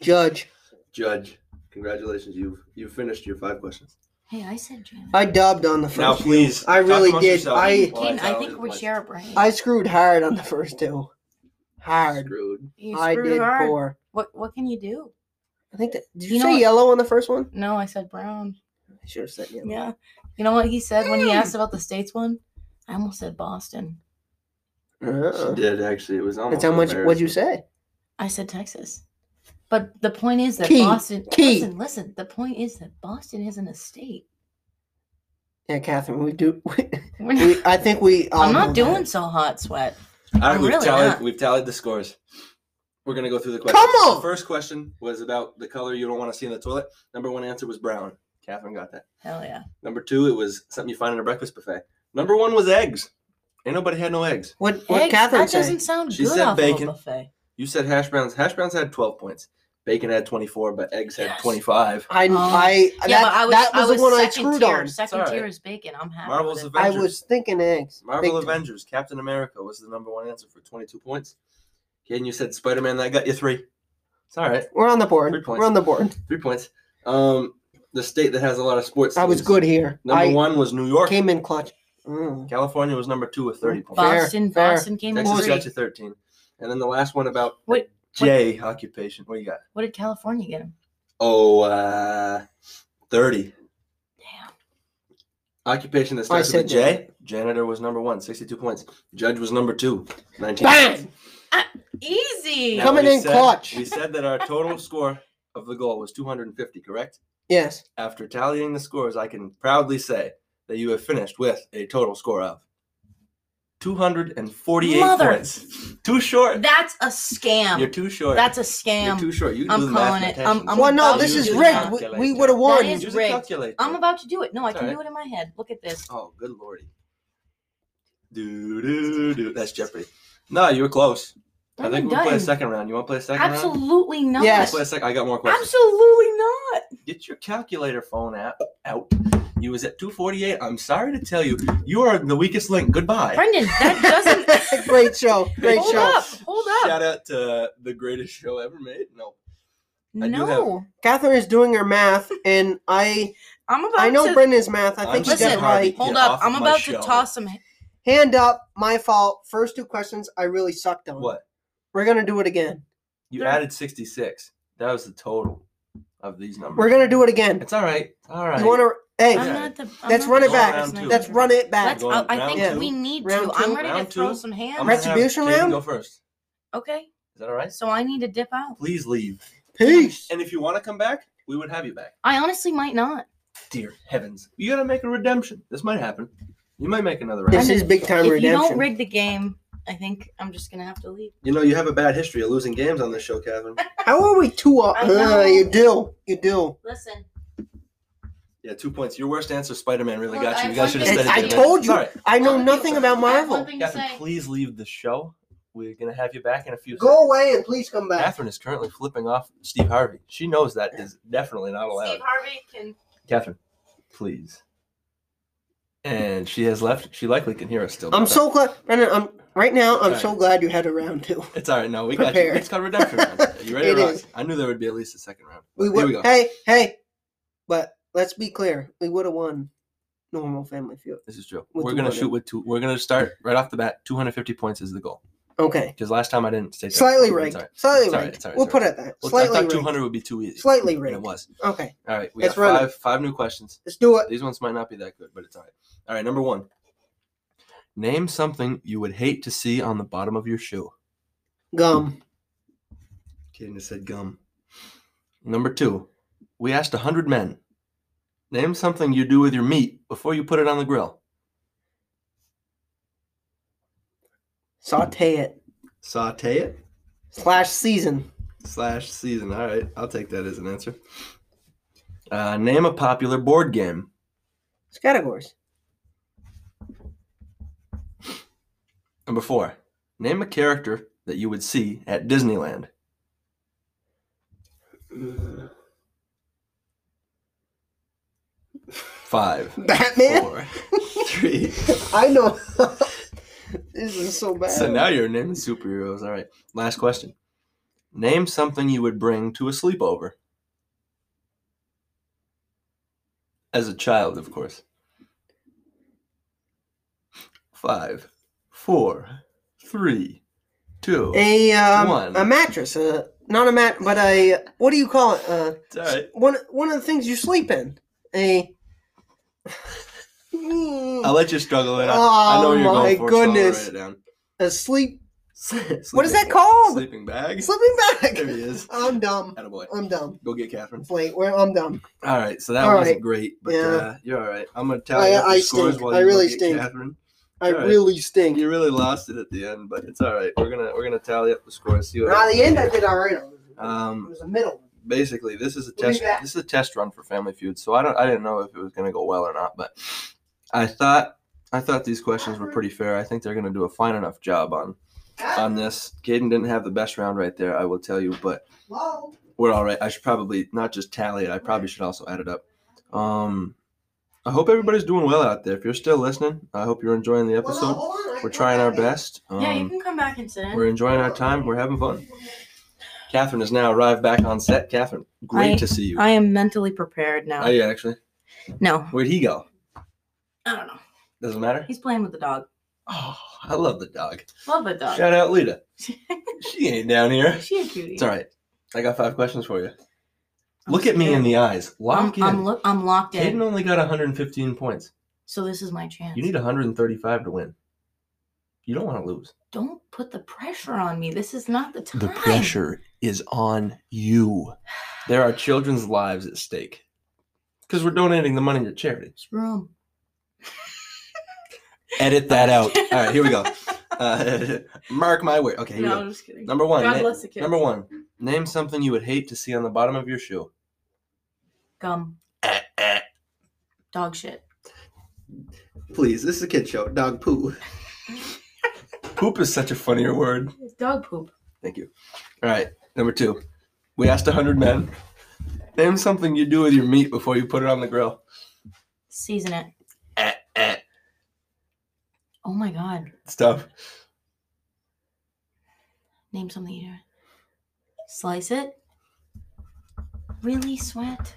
B: Judge.
A: Judge. Congratulations, you've you've finished your five questions.
D: Hey, I said Janet.
B: I dubbed on the
A: Now,
B: first.
A: please.
B: I
A: talk
B: really
A: amongst
B: did.
A: yourselves
B: I-
A: and
D: Caden,
A: while tell
D: I think
A: the
D: we
A: question.
D: share a brain.
B: I screwed hard on the first two. Hard.
A: Screwed.
D: you
B: I
D: screwed
B: did
D: hard.
B: poor.
D: What what can you do?
B: I think that. Did you,
D: You know
B: say
D: what-
B: yellow on the first one?
D: No, I said brown.
B: I should have said yellow.
D: Yeah. You know what he said when he asked about the states one? I almost said Boston.
A: She
B: Uh-uh.
A: did actually. It was almost.
B: That's how much. What'd you
A: embarrassing.
B: say?
D: I said Texas. But the point is that
B: Key,
D: Boston
B: key.
D: listen, listen, the point is that Boston isn't a state.
B: Yeah, Catherine, we do. We,
D: We're not,
B: we, I think we. all
D: I'm
B: know
D: not doing
B: that.
D: so hot sweat.
A: All
B: Oh,
A: right,
D: I'm
A: we've
D: really
A: tallied.
D: not.
A: We've tallied the scores. We're gonna go through the
B: Come
A: questions.
B: on!
A: The first question was about the color you don't want to see in the toilet. Number one answer was brown. Catherine got that.
D: Hell yeah.
A: Number two, it was something you find in a breakfast buffet. Number one was eggs. Ain't nobody had no eggs.
B: What? What?
D: Eggs,
B: Catherine
D: that
B: say?
D: doesn't sound
A: She
D: good
A: said
D: off
A: bacon.
D: of a buffet.
A: You said hash browns. Hash browns had 12 points. Bacon had 24, but eggs had
D: Yes.
A: 25.
B: I.
D: Um,
B: I.
D: yeah,
B: that,
D: but I was,
B: that was
D: I was
B: the one I
D: second
B: screwed
D: tier.
B: on.
D: Second
A: Sorry.
D: tier is bacon. I'm happy.
A: Marvel's
D: with it.
B: I
A: Avengers.
B: was thinking eggs.
A: Marvel
B: Big time.
A: Avengers, Captain America was the number one answer for 22 points. Caden, you said Spider Man. That got you three. It's all right.
B: We're on the
A: Three
B: board.
A: points.
B: We're on the board.
A: Three points. Um, The state that has a lot of sports.
B: I was
A: teams.
B: good here.
A: Number
B: I
A: one was New York.
B: came in clutch. Mm.
A: California was number two with 30 points.
B: Fair,
D: Boston,
B: fair.
D: Boston came in
A: Texas
D: three.
A: got you 13. And then the last one about
D: What-
A: J occupation. What do you got?
D: What did California get him?
A: Oh, uh, 30.
D: Damn.
A: Occupation that
B: I
A: starts with a
B: said
A: J. Janitor was number one, 62 points. Judge was number two, 19 points.
B: Bang!
D: Easy.
A: Now,
B: Coming
A: we
B: in clutch.
A: We said that our total score of the goal was 250, correct?
B: Yes.
A: After tallying the scores, I can proudly say that you have finished with a total score of 248
D: Mother.
A: points. Too short.
D: That's a scam.
A: You're too short.
D: That's a
A: You're
D: scam.
A: too short. You can
D: I'm
A: do the
D: calling it.
A: mathematicians.
D: I'm
B: well,
D: about
B: no,
D: to
B: this is
D: do
B: rigged.
D: that.
B: We, would have won.
D: That is
A: Use a
D: rigged.
A: calculator.
D: I'm about to do it. No, I
A: It's
D: can
A: all
D: do it in my head. Look at this.
A: Oh, good lordy. Do do do. That's Jeopardy. No, you were close. I
D: I'm
A: think we'll play a
D: done.
A: second round. You want to play a second round?
D: Absolutely not.
A: Let's
B: Yes.
A: play a sec- I got more questions.
D: Absolutely not.
A: Get your calculator phone app out. You was at 248. I'm sorry to tell you, you are the weakest link. Goodbye.
D: Brendan, that doesn't.
B: Great show. Great
D: hold
B: show.
D: up. Hold up.
A: Shout out to the greatest show ever made. No. I do
D: no.
B: Catherine is doing her math, and I
D: I'm about
B: I know
D: to.
B: Brendan's math. I
A: I'm
B: think she
A: just
B: did
D: Listen,
A: Harvey.
B: right.
A: Get
D: hold up.
A: off
D: I'm
A: my
D: about
A: show.
D: to toss some.
B: Hand up, my fault. First two questions I really sucked on.
A: What?
B: We're gonna do it again.
A: You
D: There-
A: added 66. That was the total of these numbers.
B: We're gonna do it again.
A: It's all right. It's all right.
B: You wanna? Hey,
D: I'm
A: Yeah.
D: not the. I'm
B: Let's
D: not
B: run
D: the
B: it back.
D: smartest
A: Round two.
B: let's
D: knight.
B: run it back.
D: Let's.
A: Going
D: I, I
A: round
D: think
B: two.
D: we need
B: Round
D: to. i I'm
B: two.
D: ready
A: Round
D: to throw
A: two.
D: some
A: I'm
D: hands.
A: gonna have
B: Retribution
A: Caden
B: round?
A: Go first. Is
D: Okay.
A: that all right?
D: So I need to dip out.
A: Please leave.
B: Peace.
A: And if you want to come back, we would have you back.
D: I honestly might not.
A: Dear heavens, you gotta make a redemption. This might happen. You might make another round.
B: This is big time
D: if you
B: redemption.
D: don't rig the game, I think I'm just gonna have to leave.
A: You know, you have a bad history of losing games on this show, Catherine.
B: How are we two up?
D: I know.
B: Uh, you do. You do.
D: Listen.
A: yeah, two points. Your worst answer, Spider Man, really
D: Look,
A: got you.
D: I
A: You guys should have
D: won
A: studied.
D: this
A: that.
D: I told
B: you.
A: All right,
B: I know nothing about Marvel.
A: Catherine, please leave the show. We're gonna have you back in a few.
B: Go away and please come
A: seconds.
B: back.
A: Catherine is currently flipping off Steve Harvey. She knows that is definitely not allowed.
D: Harvey can.
A: Catherine, please. and she has left. She likely can hear us still.
B: I'm
A: but
B: so glad, Brendan. I'm right now. I'm
A: Alright.
B: so glad you had a round two.
A: It's all right. No, we got you.
B: prepared.
A: It's called redemption round. Are you ready
B: It
A: to rock?
B: is.
A: I knew there would be at least a second round.
B: We
A: Here
B: would.
A: we go.
B: Hey, hey. But let's be clear. We would have won normal family field.
A: This is true.
B: With
A: we're gonna
B: 200.
A: shoot with two. We're gonna start right off the bat. 250 points is the goal.
B: Okay.
A: Because last time I didn't stay
B: Slightly rigged. Slightly
A: It's alright,
B: rigged.
A: it's alright,
B: We'll
A: it's
B: put it that.
A: Slightly I
B: Slightly
A: thought
B: rigged.
A: 200 would be too easy.
B: Slightly
A: And it
B: rigged.
A: was.
B: Okay.
A: All right. We
B: It's
A: got
B: running.
A: five five new questions.
B: Let's do it.
A: These ones might not be that good, but it's all right. All right. Number one. Name something you would hate to see on the bottom of your shoe.
B: Gum.
A: Kaden just said gum. Number two. We asked 100 men. Name something you do with your meat before you put it on the grill.
B: Saute it.
A: Saute it.
B: Slash season.
A: slash season. All right, I'll take that as an answer. Uh, name a popular board game.
B: It's categories.
A: Number four. Name a character that you would see at Disneyland. Five,
B: Batman.
A: four, three.
B: I know. this is so bad.
A: So now you're naming superheroes. All right. Last question. Name something you would bring to a sleepover. As a child, of course. Five, four, three, two.
B: a um,
A: One.
B: a mattress. Uh, not a mat, but a what do you call it? Uh,
A: It's all right.
B: one one of the things you sleep in. A.
A: I'll let you struggle it out. I know what you're
B: Oh, my
A: going for. so I'll write
B: goodness.
A: it down.
B: a sleep.
A: Sleeping-
B: What is that called?
A: Sleeping bag.
B: Sleeping bag.
A: There he is.
B: I'm dumb.
A: Attaboy.
B: I'm dumb.
A: Go get Catherine.
B: It's late. We're, I'm dumb.
A: All right, so that
B: All
A: wasn't
B: right.
A: great, but
B: Yeah.
A: uh, you're all right. I'm gonna tally
B: I-
A: up the
B: I
A: scores
B: stink.
A: while
B: I
A: you
B: really
A: look at
B: stink.
A: Catherine.
B: I
A: All right.
B: really stink.
A: You really lost it at the end, but it's all right. We're gonna we're gonna tally up the scores. See what
B: Now, the end, I
A: happens.
B: did all right. on. It
A: Um,
B: was the middle.
A: basically, this is a
B: We'll be
A: test.
B: back.
A: This is a test run for Family Feud, so I don't I didn't know if it was gonna go well or not, but I thought I thought these questions were pretty fair. I think they're gonna do a fine enough job on on this. Caden didn't have the best round right there, I will tell you, but
B: Whoa.
A: we're all right. I should probably not just tally it. I probably should also add it up. Um, I hope everybody's doing well out there. If you're still listening, I hope you're enjoying the episode. We're trying our best.
D: yeah, you
A: Um,
D: can come back and sit in.
A: we're enjoying our time. We're having fun. Catherine has now arrived back on set. Catherine, great
D: I-
A: to see you.
D: I am mentally prepared now.
A: Are you actually?
D: no,
A: Where'd he go?
D: I don't know.
A: Doesn't matter.
D: He's playing with the dog.
A: Oh, I love the dog.
D: Love the dog.
A: Shout out Lita. She ain't down here.
D: She a cutie.
A: It's all right. I got five questions for you. Look at me in the eyes.
D: I'm,
A: Lock
D: I'm,
A: in.
D: look, I'm locked
A: Caden
D: in.
A: only got 115 points.
D: So this is my chance.
A: You need 135 to win. You don't want to lose.
D: Don't put the pressure on me. This is not the time.
A: is on you. There are children's lives at stake because we're donating the money to charity.
D: Screw 'em.
A: Edit that out. All right, here we go. Uh, mark my word. Okay, here
D: No,
A: we go.
D: I'm just kidding.
A: Number one.
D: God
A: na-
D: bless the kids.
A: Number one. Name something you would hate to see on the bottom of your shoe.
D: Gum. Dog shit.
A: Please, this is a kid show. Dog poo. Poop is such a funnier word.
D: Dog poop.
A: Thank you. All right, number two. We asked 100 men. Name something you do with your meat before you put it on the grill.
D: Season it.
A: Eh, eh.
D: Oh my god.
A: Stuff.
D: Name something you do. Slice it. Really sweat.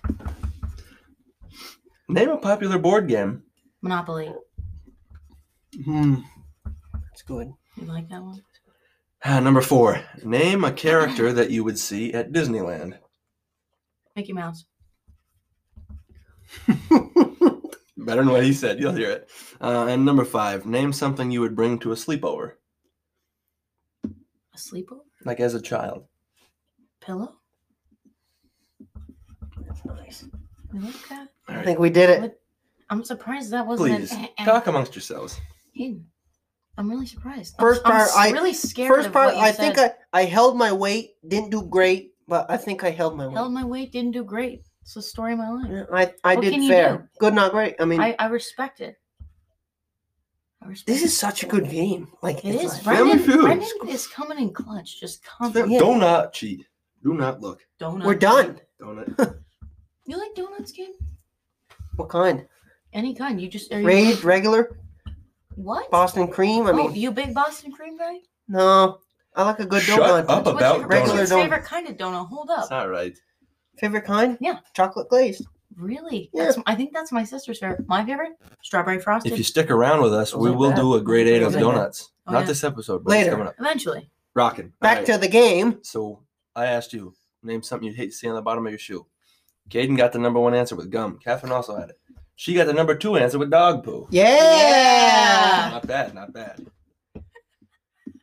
A: Name a popular board game.
D: Monopoly.
B: Hmm. That's good.
D: You like that one?
A: Ah, number four. Name a character that you would see at Disneyland.
D: Mickey Mouse.
A: Better than what he said. You'll hear it. Uh, and number five. Name something you would bring to a sleepover,
D: A sleepover?
A: like as a child.
D: Pillow? That's nice. You like that?
A: All
B: I
A: right.
B: think we did it.
D: I'm surprised that wasn't
A: Please
D: an, an-
A: talk amongst yourselves.
D: Hidden. I'm really surprised. I'm-
B: First
D: I'm,
B: part,
D: s-
B: I-
D: really scared.
B: First
D: of
B: part,
D: what you
B: I
D: said.
B: think I, I held my weight. Didn't do great, but I think I held my
D: held
B: weight.
D: my weight, didn't do great. It's the story of my life.
B: Yeah, I, I
D: What can
B: did
D: you do?
B: fair. Good, not great. I mean,
D: I, I respect it. I respect
B: this
D: it.
B: is such a good game. Like
D: It
B: it's
D: is.
B: like-
A: Family
D: Brendan,
A: Feud.
D: Brendan is coming in clutch. Just
B: Family-
D: confident.
B: Oh, Yeah.
A: Do not cheat. Do not look.
D: Donut.
B: We're done.
A: Don't.
D: You like donuts, kid?
B: What kind?
D: Any kind. You just are you-
B: Raid, regular,
D: What?
B: Boston cream. I
D: oh,
B: mean,
D: you a big Boston cream guy?
B: no, I like a good
A: Shut
B: donut.
A: up
D: What's
A: about
B: donuts.
D: your, What's your
B: Regular
D: favorite kind of donut? Hold up.
A: It's not right.
B: Favorite kind?
D: Yeah.
B: chocolate glazed.
D: Really?
B: Yeah.
D: That's, I think that's my sister's favorite. My favorite? Strawberry frosted.
A: If you stick around with us,
B: Those
A: we
B: are
A: will
B: bad.
A: do a grade eight of
D: Those are bad.
A: donuts.
D: Oh,
A: Not
D: yeah.
A: this episode, but
B: Later.
A: it's coming up.
D: Eventually.
A: Rocking.
B: Back to the game.
A: So I asked you, name something you'd hate to see on the bottom of your shoe. Caden got the number one answer with gum. Catherine also had it. She got the number two answer with dog poo.
B: Yeah.
D: Yeah.
A: Not bad, not bad.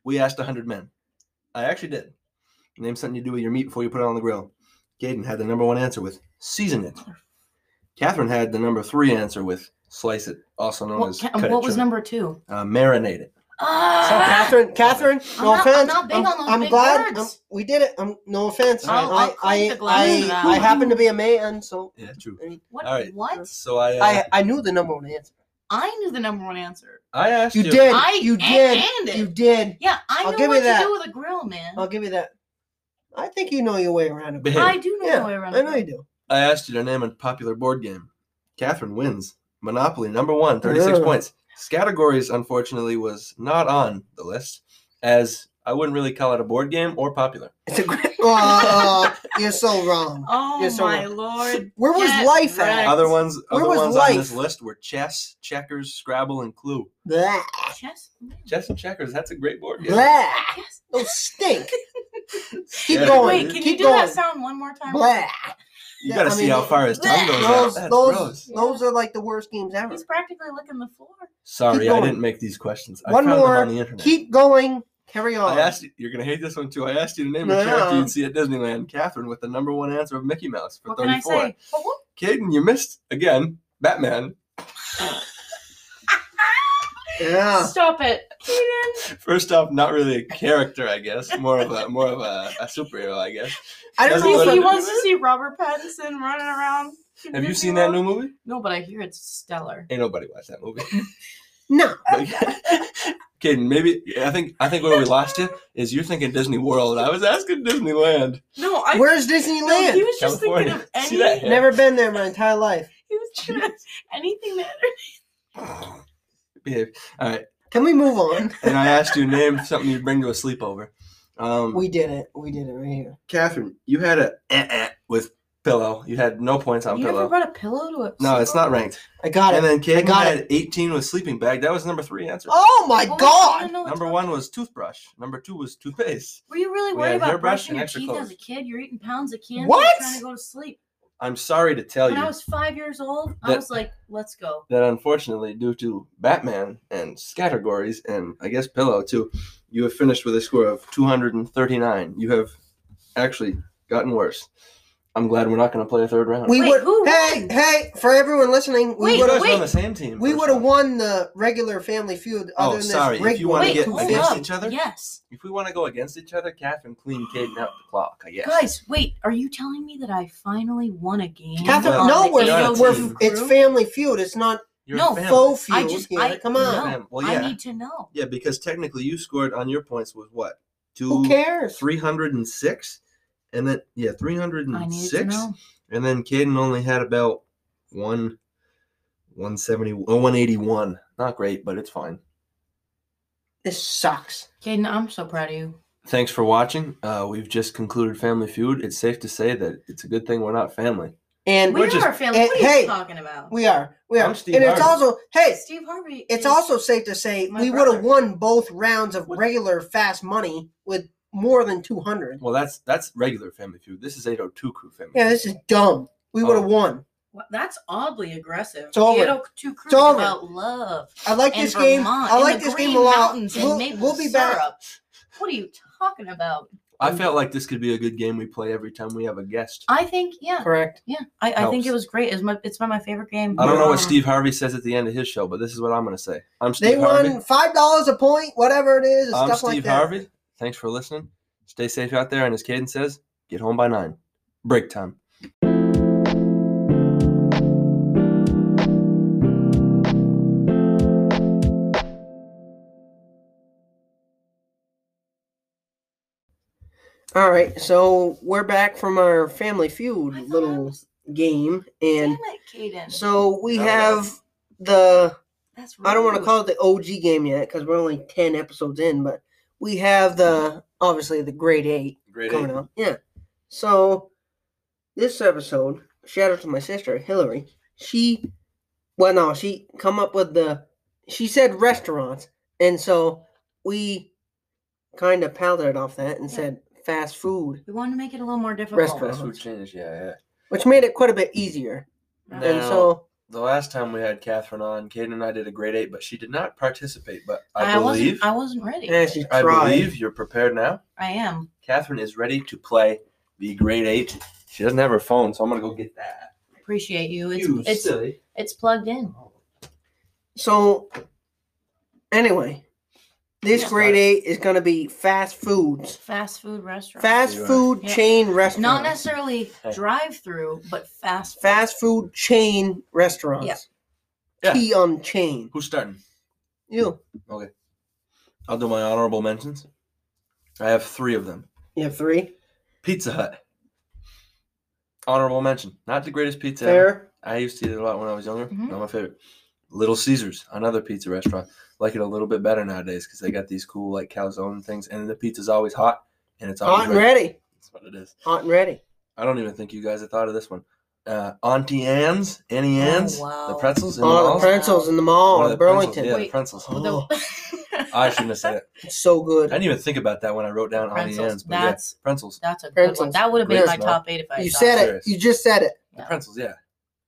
A: We asked 100 men. I actually did. Name something you do with your meat before you put it on the grill. Caden had the number one answer with season it. Catherine had the number three answer with slice it, also known
D: What,
A: as
D: ca-
A: cut it,
D: what was
A: trim it.
D: number two?
A: Uh, marinate it.
D: Ah!
B: Catherine, Catherine,
D: I'm
B: no
D: not- I'm
B: offense.
D: not big on those
B: I'm
D: big
B: glad
D: words.
B: um, we did it. Um, no offense.
A: I'll-
D: I'll
B: I,
D: clink
B: I,
D: the glass
B: I,
D: to that.
B: I, happen to be a man, so
A: Yeah, true.
D: What?
A: All right.
D: What?
A: So I, uh,
B: I, I knew the number one answer.
D: I knew the number one answer.
A: I asked
B: You
A: you.
B: did.
D: I
B: you
D: and-
B: did.
D: and it.
B: you did.
D: Yeah, I
B: I'll
D: know
B: give
D: what
B: you
D: to
B: that.
D: do with a grill, man.
B: I'll give you that. I think you know your way around it.
A: Behave.
D: I do know
B: Yeah,
D: my way around.
B: I
D: a
B: know
D: grill.
B: you do.
A: I asked you to name a popular board game. Catherine wins. Monopoly, number one, 36
B: Yeah.
A: points. Categories, unfortunately, was not on the list, as I wouldn't really call it a board game or popular.
B: It's a great. Oh, you're so wrong.
D: Oh
B: Yes, or
D: my
B: no?
D: lord.
B: Where was
D: Get
B: life at?
D: wrecked.
A: Other ones,
B: Where
A: other
B: was
A: ones on this
B: life?
A: list were chess, checkers, Scrabble, and Clue.
B: Blah,
D: Chess?
A: Chess and checkers, that's a great board game.
B: blah.
D: Yes.
B: Oh, stink. Keep
A: Yeah,
B: going.
D: Wait, can you
B: Keep
D: do
B: going.
D: that sound one more time?
B: Blah.
A: You gotta
B: I
A: see
B: mean,
A: how far his tongue goes. out.
B: Those,
A: That's
B: those,
A: gross.
B: those are like the worst games ever.
D: He's practically licking the floor.
A: Sorry,
B: keep
A: I
B: going.
A: didn't make these questions. I
B: One
A: found
B: more.
A: them on the internet.
B: Keep going. Carry on.
A: I asked you, you're gonna hate this one too. I asked you to name a
B: Oh. No.
A: character you'd see at Disneyland. Catherine with the number one answer of Mickey Mouse for
D: What can I
A: 34.
D: say? Oh, What- what?
A: Caden, you missed again. Batman
B: yeah.
D: Stop it. Kaden.
A: First off, not really a character, I guess. More of a more of a, a superhero, I guess.
B: I don't
A: Doesn't
B: know.
A: look-
B: If,
D: He
A: What?
D: wants to see Robert Pattinson running around.
A: Have you
D: Disney
A: seen that
D: World.
A: new movie?
D: No, but I hear it's stellar.
A: Ain't nobody watched that movie.
B: no.
A: Like, Caden, maybe I think I think where we lost you is you're thinking Disney World. I was asking Disneyland.
D: No, I.
B: Where's
D: no, he
B: Disneyland?
D: was just
A: California.
D: thinking of any.
A: See that?
B: Never been there my entire life.
D: He was thinking of anything that.
A: Behave. All right.
B: Can we move on?
A: And I asked you to name something you'd bring to a sleepover. Um,
B: We did it. We did it right here.
A: Catherine, you had a eh, eh with pillow. You had no points on
D: You never
A: pillow.
D: brought a pillow to a.
A: No, it's not ranked.
B: I got
A: And
B: it.
A: then Caden
B: got
A: had 18 with sleeping bag. That was number three answer.
B: Oh my
D: Well, I
B: god.
D: don't know what's
A: Number
D: up.
A: one was toothbrush. Number two was toothpaste.
D: Were you really
A: We
D: worried
A: had
D: about
A: hairbrush
D: brushing
A: and
D: your
A: extra
D: teeth as
A: clothes.
D: a kid? You're eating pounds of candy.
B: What?
D: Trying to go to sleep.
A: I'm sorry to tell
D: When I
A: you
D: was five years old, I
A: That-
D: was like, "Let's go."
A: that unfortunately, due to Batman and categories and I guess Pillow too, you have finished with a score of 239. You have actually gotten worse. I'm glad we're not going to play a third round.
B: We
D: Wait,
B: would.
D: who
B: Hey,
D: won?
B: hey! For everyone listening, we
D: Wait,
A: you
B: would
A: guys
B: have.
A: were on
D: wait.
A: the same team.
B: We
A: first
B: would have
A: off.
B: won the regular Family Feud.
A: Oh,
B: Other than
A: sorry,
B: This
A: if
B: rig
A: you wanna
B: one.
D: Wait,
A: get
D: hold
A: against
D: up.
A: each other?
D: Yes,
A: If we want to go against each other, Catherine clean Caden out the clock. I guess.
D: guys. Wait, are you telling me that I finally won a game?
A: Catherine,
B: Catherine,
D: on
B: no,
D: the
A: you're
B: we're,
A: not
D: AOC
A: a
B: we're
A: team.
D: crew?
B: it's Family Feud. It's not
A: You're
D: No,
A: a family.
B: faux feud.
D: I just,
B: here.
D: I
B: Come on.
D: no.
A: Fam- well, yeah.
D: I need to know.
A: Yeah, because technically you scored on your points was what? Two,
B: Who cares?
A: 306? And then, yeah,
D: I need
A: 306.
D: to know.
A: And then Caden only had about one, 170, oh, 181. Not great, but it's fine.
B: This sucks.
D: Caden, I'm so proud of you.
A: Thanks for watching. Uh, we've just concluded Family Feud. It's safe to say that it's a good thing we're not family.
B: And
D: We
A: We're
D: are
A: just-
D: a family.
B: eh,
D: what are
B: hey.
D: you talking about?
B: we are. We are.
A: I'm Steve
B: and it's
A: Harvey.
B: also hey,
D: Steve Harvey.
B: it's
D: is-
B: also safe to say
D: my
B: we would have
D: brother.
B: won both rounds of
A: What-
B: regular fast money with more than two hundred.
A: Well, that's that's regular Family Feud. This is 802 Crew Family.
B: Yeah, this is dumb. We would have
A: Oh.
B: won.
D: Wow, That's oddly aggressive.
B: It's over.
D: Gato Two Crew
B: It's over.
D: about love.
B: I like
D: and
B: this game.
D: Vermont
B: I
D: and
B: like
D: the
B: this
D: Green
B: game a lot.
D: Mountains and
B: We'll,
D: maple
B: we'll be back.
D: syrup. What are you talking about?
A: I felt like this could be a good game we play every time we have a guest.
D: I think yeah,
B: Correct.
D: yeah. I, I think
A: Helps.
D: it was great. It's my it's been my favorite game.
A: I don't know
D: Um,
A: what Steve Harvey says at the end of his show, but this is what I'm going to say. I'm Steve
B: They
A: Harvey.
B: won five dollars a point, whatever it is, and
A: I'm
B: stuff
A: Steve
B: like that.
A: Harvey. Thanks for listening. Stay safe out there. And as Caden says, get home by nine. Break time.
B: All right, so we're back from our Family Feud
D: I thought I
B: little
D: was-
B: game, and
D: Damn it, Caden.
B: so we
A: All right.
B: have the
D: That's
B: I don't want to
D: rude.
B: call it the OG game yet because we're only ten episodes in, but we have the obviously the grade eight
A: Great.
B: coming up. Yeah. So this episode, shout out to my sister Hillary. She, well, no, she come up with the. She said restaurants, and so we kind of palleted off that and
D: Yeah.
B: said fast food,
D: We wanted to make it a little more difficult.
B: Restaurant.
A: Fast food change, yeah, yeah.
B: which made it quite a bit easier. And
A: Now-
B: so
A: The last time we had Catherine on, Caden and I did a grade eight, but she did not participate. But I,
D: I
A: believe,
D: wasn't. I wasn't ready.
B: yeah, she
A: I
B: tried.
A: believe you're prepared now.
D: I am.
A: Catherine is ready to play the grade eight. She doesn't have her phone, so I'm gonna go get that.
D: Appreciate you. It's
A: you
D: it's
A: silly.
D: it's plugged in.
B: Oh. So, anyway, this
D: Yeah.
B: grade eight is going to be fast foods,
D: Fast food restaurant.
B: fast
A: You're
B: food
D: Yeah.
B: chain restaurants,
D: Not necessarily
A: Hey.
D: drive-through, but fast. food.
B: fast food chain restaurants.
D: Yeah.
A: Yeah.
B: Key on chain.
A: Who's starting?
B: You,
A: I'll do my honorable mentions. I have three of them.
B: you have three.
A: Pizza Hut. Honorable mention. Not the greatest pizza ever.
B: Fair. Mm-hmm.
A: I used to eat it a lot when I was younger.
D: Mhm.
A: Not my favorite. Little Caesars, another pizza restaurant. Like it a little bit better nowadays because they got these cool like calzone things, and the pizza's always hot and it's always
B: Hot and
A: ready.
B: ready.
A: That's what it is.
B: Hot and ready.
A: I don't even think you guys have thought of this one. Uh, Auntie Anne's, Annie Anne's, the
D: Oh, wow.
A: pretzels in the
B: Oh,
A: malls.
B: the pretzels in the
A: One
B: mall
A: of
B: in
A: the pretzels,
B: Burlington.
A: Yeah, the
D: Wait.
A: pretzels.
D: With the-
B: Oh,
A: I shouldn't have said it.
B: it's so
A: I
B: good.
A: didn't even think about that when I wrote down Auntie
D: pretzels.
A: Anne's. But yeah,
D: That's
A: pretzels.
D: that's a good one.
B: Pretzels.
D: That would have been
A: Yes,
D: my
A: no.
D: top eight if I.
B: You
D: thought.
B: said it.
A: serious.
B: You just said it.
A: The
D: Yeah.
A: pretzels, yeah.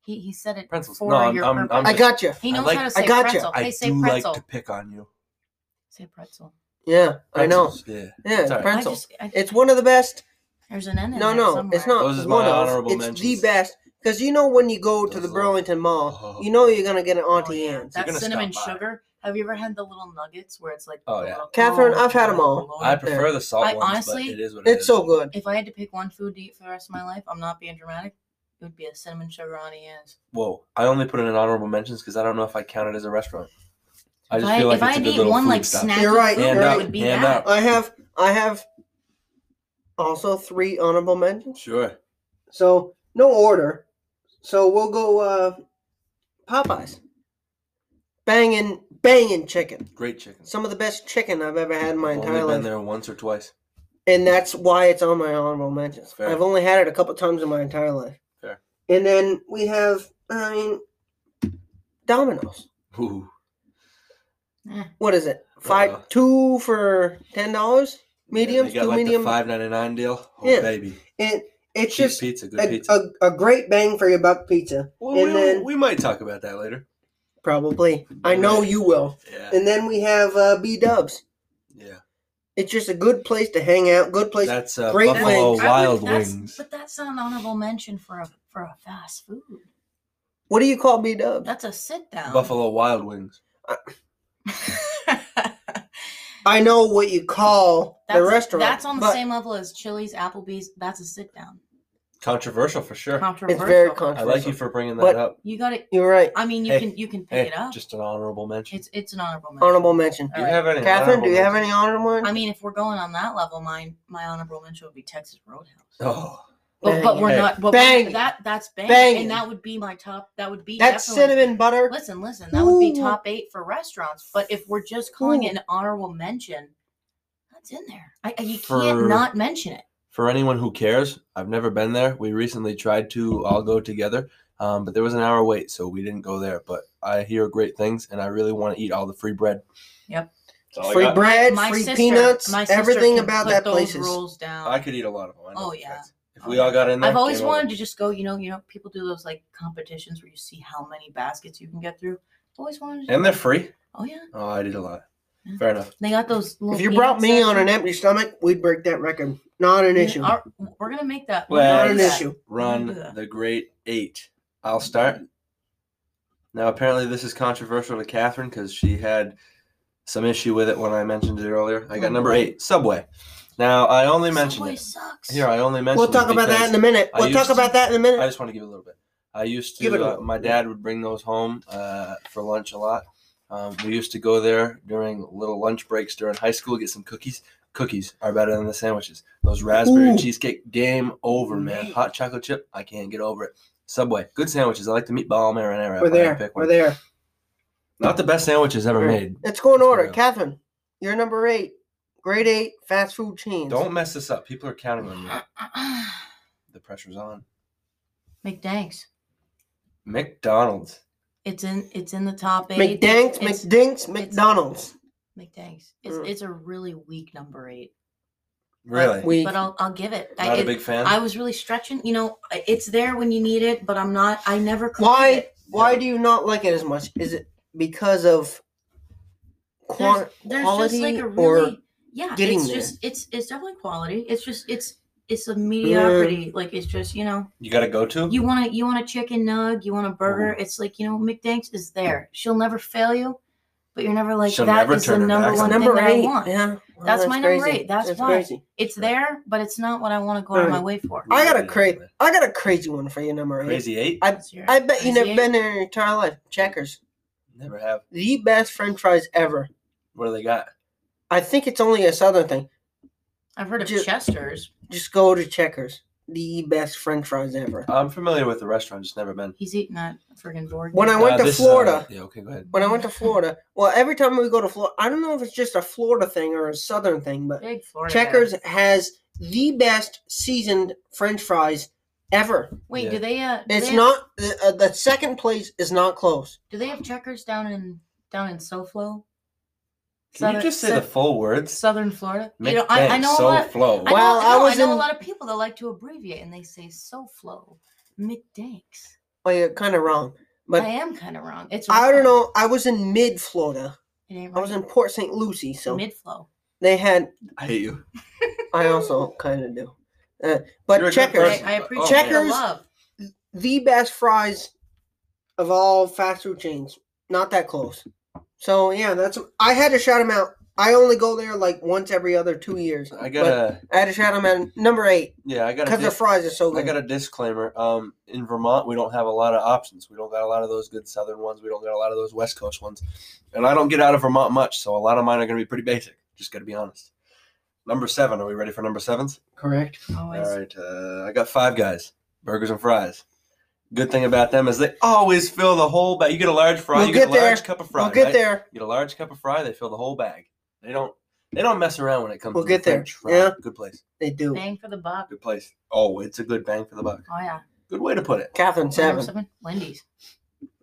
D: He, he said it.
A: Pretzels.
D: For
A: No, I'm-
D: your
A: I'm-
D: purpose.
A: I'm
B: I got you.
D: He
A: I
D: knows
A: like-
D: how to say
B: I gotcha.
D: pretzel.
A: I
D: they say
A: do
D: pretzel.
A: like to pick on you.
D: Say pretzel.
B: Yeah, I know.
A: Pretzels, Yeah.
B: Yeah,
A: It's all right.
D: I
B: pretzel.
D: just- I-
B: It's one of the best
D: there's an N in
B: No,
D: there
B: no,
D: somewhere.
B: it's not
A: Those is my
B: one of.
A: honorable
B: It's
A: mentions.
B: the best because you know when you go to
A: Those
B: the
A: are-
B: Burlington Mall,
A: Oh.
B: you know you're gonna get an
D: Oh,
B: Auntie
D: yeah.
B: Anne's.
D: That
A: gonna
D: cinnamon
A: stop by.
D: sugar. Have you ever had the little nuggets where it's like?
A: Oh,
D: the
A: yeah.
D: little-
B: Catherine,
D: Oh,
B: I've had 'em all.
D: Lord.
A: I prefer the salt
D: I
A: ones,
D: honestly-
A: but it is what it
B: It's
A: is.
B: so good.
D: If I had to pick one food to eat for the rest of my life, I'm not being dramatic. It would be a cinnamon sugar on ends.
A: Whoa! I only put in an honorable mentions because I don't know if I count it as a restaurant. I
D: If
A: just
D: I,
A: feel like it's
D: if I
A: a
D: had to
A: good
D: eat
A: little
D: one
A: food
D: like
A: stop.
D: snack,
B: You're right,
D: food,
A: Hand
D: it
A: out,
D: would be
A: hand
D: that.
A: out.
B: I have, I have, also three honorable mentions.
A: Sure.
B: So no order. So we'll go uh Popeyes. Banging, banging chicken.
A: Great chicken.
B: Some of the best chicken I've ever had in my
A: I've
B: entire
A: only been
B: life,
A: there once or twice.
B: and that's why it's on my honorable mentions.
A: Fair.
B: I've only had it a couple times in my entire life.
A: Fair.
B: And then we have, I mean, Domino's.
A: Ooh.
B: what is it? Five
A: Uh,
B: two for ten dollars. Mediums,
A: they got
B: two
A: like
B: medium.
A: the five ninety nine deal. Oh
B: Yeah.
A: baby,
B: It it's
A: cheap
B: just
A: pizza, good
B: a,
A: pizza.
B: a, a great bang for your buck pizza.
A: well,
B: and
A: we,
B: then-
A: we might talk about that later.
B: Probably, I know you will.
A: Yeah,
B: And then we have uh, B Dubs.
A: yeah.
B: It's just a good place to hang out. Good place.
A: That's uh,
B: Great
A: Buffalo
B: wings.
A: Wild
D: that's,
A: Wings.
D: But that's not an honorable mention for a for a fast food.
B: what do you call B Dubs?
D: That's a sit down.
A: Buffalo Wild Wings.
B: I know what you call
D: That's,
B: the restaurant.
D: that's on the
B: but
D: same level as Chili's, Applebee's. That's a sit down.
A: Controversial for sure.
D: Controversial.
B: It's very
A: I
B: controversial.
A: like you for bringing that
B: But-
A: up.
D: You got it.
B: You're right.
D: I mean, you
A: Hey,
D: can you can pick
A: Hey,
D: it up.
A: Eh, just an honorable mention.
D: It's it's an honorable mention.
B: Honorable mention.
A: Do you
D: Alright.
A: have any?
B: Catherine, do
A: honorable
B: you have
A: mentions?
B: any honorable
D: I
B: mention?
D: mean, if we're going on that level, mine my honorable mention would be Texas Roadhouse.
A: Oh,
D: But, but we're
A: Banging.
D: not. But
B: Banging.
D: That that's bang,
B: Banging.
D: and that would be my top. That would be
B: That's
D: definitely-
B: cinnamon butter.
D: Listen, listen. That would be
B: Ooh.
D: top eight for restaurants. But if we're just calling it
B: Ooh.
D: an honorable mention, that's in there. I, I- you
A: For-
D: can't not mention it.
A: for anyone who cares, I've never been there. We recently tried to all go together, um, but there was an hour wait, so we didn't go there. But I hear great things, and I really want to eat all the free bread.
D: Yep.
A: That's all I
B: Free
A: got.
B: bread,
D: my
B: free
D: sister,
B: peanuts,
D: my sister
B: everything
D: can
B: about
D: put
B: that
D: those
B: place is
D: rules down.
A: I could eat a lot of them. I know
D: Oh,
A: for a
D: yeah.
A: fact. If we all got in there,
D: I've always
A: game over.
D: wanted to just go. You know, you know, people do those like competitions where you see how many baskets you can get through. Always wanted. To
A: And they're free.
D: oh yeah,
A: Oh, I did a lot.
D: Yeah.
A: Fair enough.
D: they got those. Little
B: If you brought
D: peanut
B: me on an
D: section.
B: empty stomach, we'd break that record. Not an
D: Yeah,
B: issue.
D: our- we're gonna make that. we're
A: Well,
B: Not
D: gonna do
B: an
A: yeah.
D: that.
B: issue.
A: Run
D: Yeah.
A: the great eight. I'll start. Now, apparently, this is controversial to Catherine because she had some issue with it when I mentioned it earlier. I got number eight, Subway. Now, I only mentioned
D: Oh. Subway
A: it.
D: sucks.
A: Here, I only mentioned
B: We'll talk
A: it
B: about that
A: because
B: in a minute.
A: I
B: We'll talk
A: used-
B: about that in
A: I
B: a minute.
A: just want to give it a little bit. I used
B: Give it a
A: to. Uh,
B: little.
A: my dad would bring those home uh, for lunch a lot. Um, we used to go there during little lunch breaks during high school, get some cookies. Cookies are better than the sandwiches. Those raspberry
B: Ooh.
A: cheesecake, game over, man.
B: Man.
A: Hot chocolate chip, I can't get over it. Subway, good sandwiches. I like the meatball marinara. if I
B: We're
A: had to
B: there.
A: pick one.
B: We're there.
A: Not the best sandwiches ever
B: Sure.
A: made.
B: Let's go in
A: Let's go
B: order.
A: down.
B: Catherine, you're number eight. Grade eight fast food chains.
A: Don't mess this up. People are counting on you. The pressure's on.
D: McDanks.
A: McDonald's.
D: It's in it's in the top eight.
B: McDanks,
D: It's-
B: McDinks, McDonald's.
D: McDanks. It's
B: Mm.
D: it's a really weak number eight.
A: Really?
B: We
D: But I'll I'll give it.
A: Not
D: I,
A: a big fan.
D: I was really stretching. You know, I- it's there when you need it, but I'm not. I never. crave
B: Why?
D: it.
B: why do you not like it as much? Is it because of quan-
D: There's, there's
B: quality
D: just like a
B: or
D: really yeah.
B: getting
D: It's
B: there? Mm.
D: just it's it's definitely quality. It's just it's it's a mediocrity. Like it's just you know
A: you got to go to?
D: you want to you want a chicken nug, you want a burger. It's like you know McDanks is there. She'll never fail you, but you're never like
A: She'll
D: that
A: never
D: is
A: turn
D: the
A: her
D: number
A: back
B: It's
A: on
D: one
A: it.
D: thing
B: number
D: that
B: eight?
D: I want.
B: Yeah, Well,
D: That's my number
B: crazy.
D: eight. That's why.
B: crazy.
D: It's there, but it's not what I want to go out of my way for.
B: I got a crazy. I got a crazy one for you, number eight.
A: Crazy eight?
B: I-
D: It's your-
B: I bet you
D: Crazy
B: never
D: eight?
B: been there in your entire life. Checkers,
A: Never have.
B: the best French fries ever.
A: What do they got?
B: I think it's only a Southern thing.
D: I've heard of
B: Ju-
D: Chester's.
B: Just go to Checkers, the best French fries ever.
A: I'm familiar with the restaurant, just never been. Uh,
D: He's eating that friggin' board.
B: When I went to
A: this is,
B: Florida-
A: yeah, okay, go ahead.
B: When I went to Florida, well, every time we go to Florida, I don't know if it's just a Florida thing or a Southern thing, but
D: Big Florida guy.
B: Checkers has the best seasoned French fries ever.
D: Wait,
A: Yeah.
D: do they? Uh, do
B: It's
D: they Have,
B: not the, uh, the second place is not close.
D: do they have Checkers down in down in SoFlo?
A: Can you
D: Southern-
A: just say the
D: Sou-
A: full words?
D: Southern Florida?
A: Make
D: you know, I, I know a
A: so
D: lot.
A: flow.
D: I know,
B: Well, I
D: no,
B: was
D: I know
B: in-
D: a lot of people that like to abbreviate and they say SoFlo, McDanks.
B: Well, you're kind of wrong, but
D: I
B: I,
D: am kind of wrong. It's
B: don't
D: wrong.
B: know. I was in mid Florida.
D: It ain't
B: I was
D: right.
B: in Port St. Lucie, so
D: mid flow.
B: they had.
A: I hate you.
B: I also kind of do, uh,
A: You're a
B: but
A: good
B: Checkers,
A: person.
D: I, I
A: Oh,
D: appreciate
B: Checkers-
D: the love.
B: the best fries of all fast food chains. Not that close. So yeah, that's. I had to shout them out. I only go there like once every other two years.
A: I
B: but
A: gotta,
B: I had to shout them out. Number eight.
A: yeah, I gotta.
B: Because their
A: Dis-
B: fries are so
A: I
B: good.
A: got a disclaimer. Um, in Vermont, we don't have a lot of options. We don't got a lot of those good Southern ones. We don't got a lot of those West Coast ones, and I don't get out of Vermont much, so a lot of mine are gonna be pretty basic. Just gotta be honest. Number seven. Are we ready for number sevens?
B: Correct.
D: Always.
A: All right. Uh, I got Five Guys burgers and fries. Good thing about them is they always fill the whole bag. You get a large fry,
B: We'll
A: you get,
B: get
A: a large
B: there.
A: cup of fry.
B: We'll get
A: right?
B: there.
A: You get a large cup of fry, they fill the whole bag. They don't they don't mess around when it comes
B: We'll
A: to
B: get
A: the
B: there.
A: French fry.
B: Yeah.
A: Good place.
B: They do.
D: Bang for the buck.
A: Good place. Oh, it's a good bang for the buck.
D: Oh yeah.
A: Good way to put it.
B: Catherine
D: Number
B: seven.
D: Wendy's.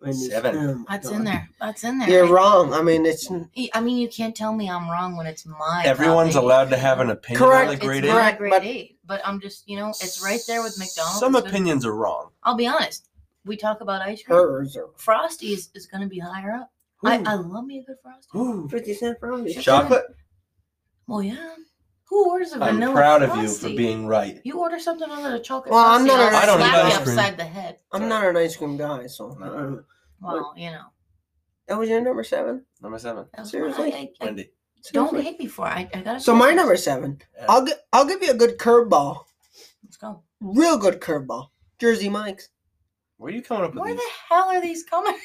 B: Wendy's.
A: Seven.
B: Oh my
D: That's
B: God.
D: in there. That's in there. e,
B: You're wrong. I mean, it's
D: I- I mean, you can't tell me I'm wrong when it's my. top
A: Everyone's
D: eight.
A: allowed to have an opinion
B: Correct.
A: on the
D: uh, It's
A: grade
D: not
A: eight.
B: correct.
D: grade
B: but-
D: eight, but I'm just, you know, it's right there with McDonald's.
A: Some
D: It's gonna-
A: opinions are wrong.
D: I'll be honest. We talk about ice cream.
B: hers. Or,
D: Frosties is going to be higher up. I, uh,
A: Ooh.
D: I love me a good Frosty.
A: Ooh.
B: Fifty cent brownies.
A: Chocolate?
D: Well, yeah. Who orders a
A: I'm
D: vanilla
A: proud of
D: Frosty?
A: you for being right.
D: You order something other than chocolate.
B: Well, I'm
D: Frosty,
B: not a-
D: I'll
B: I
A: don't eat
D: slap you
A: ice cream.
D: upside the head.
B: I'm not an ice cream guy, so I don't know.
D: Well, you know.
B: that was your number seven.
A: Number seven.
D: That's why
B: Seriously?
D: I, I, I,
A: Wendy.
D: don't
B: Seriously?
D: hate me for it. I, I got to
B: So my number seven.
A: Yeah.
B: I'll gi- I'll give you a good curveball.
D: Let's go.
B: Real good curveball. Jersey Mike's.
A: Where are you coming up with
D: Where
A: these?
D: the hell are these coming?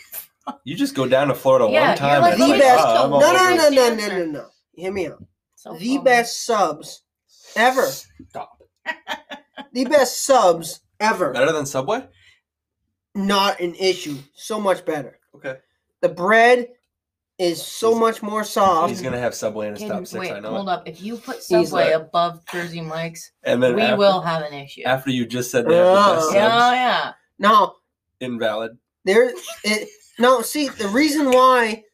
A: You just go down to Florida
D: Yeah,
A: one
D: you're
A: time
D: like
A: and
B: the
A: it's like,
B: best-
A: oh, I'm
B: No,
A: all
B: no,
A: over
B: no, no,
A: this.
B: no, no, no, no. Hear me out.
D: So
B: The
D: funny.
B: best subs ever.
A: Stop.
B: The best subs ever.
A: Better than Subway?
B: Not an issue. So much better.
A: Okay.
B: The bread is so
A: He's-
B: much more soft.
A: He's gonna have Subway in his
D: Caden,
A: top six,
D: wait,
A: I know.
D: hold
A: it.
D: up. If you put
B: He's
A: like-
D: Subway above Jersey Mike's,
A: And then
D: we
A: after-
D: will have an issue.
A: after you just said they have the best
B: Oh.
A: subs,
D: Yeah, yeah.
B: Now
A: invalid.
B: there, it, no. See, the reason why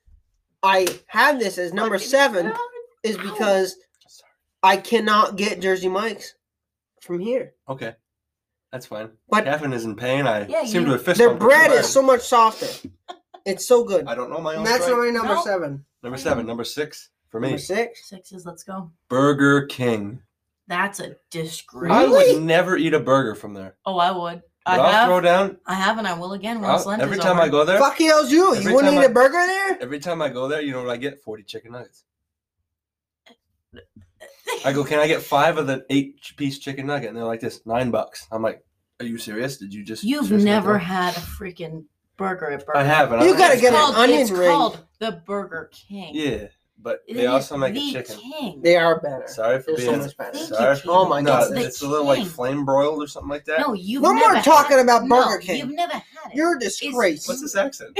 B: I have this as number
D: Fucking
B: seven
D: hell.
B: is because I cannot get Jersey Mike's from here.
A: Okay, that's fine.
B: But-
A: Catherine is in pain. I
D: Yeah,
A: seem
D: you-
A: to have fist
B: Their
A: bumped
B: bread
A: her.
B: is so much softer. It's so good.
A: I don't know my own.
B: And that's
A: strike.
B: my number
D: No.
B: seven.
A: number seven, number six for me.
B: Number six.
D: Sixes, let's go.
A: Burger King.
D: That's a disgrace.
A: I
B: Really?
A: would never eat a burger from there.
D: oh, I would. I
A: But I'll
D: have.
A: throw down.
D: I have, and I will again once
A: I'll,
D: Lent
A: every
D: is
A: time
D: over.
A: I go there,
B: Fuck hell's you? You
A: Every
B: wouldn't
A: time
B: eat a
A: I-
B: burger there?
A: every time I go there, you know what I get? Forty chicken nuggets. I go, can I get five of the eight-piece chicken nugget? And they're like this, nine bucks. I'm like, are you serious? Did you just?
D: You've
A: seriously
D: never
A: throw-
D: had a freaking burger at Burger.
A: I have, and
B: You
A: I
B: gotta
A: it's
B: get an
A: called-
D: called,
B: onion
D: it's
B: ring.
D: called the Burger King.
A: Yeah, but
D: It
A: they
D: is
A: also make
D: the
A: a chicken.
D: King.
B: They are better.
A: Sorry for
B: They're so
A: being.
B: much better.
D: Thank
A: Sorry.
D: you, Keith.
B: Oh my
A: no,
B: God,
A: it's,
D: the
A: it's a little like
D: king.
A: flame broiled or something like that.
D: No, you've
B: We're more
D: never
B: talking
D: had it.
B: about Burger
D: No,
B: King.
D: You've never had it.
B: You're a disgrace.
A: What's this accent?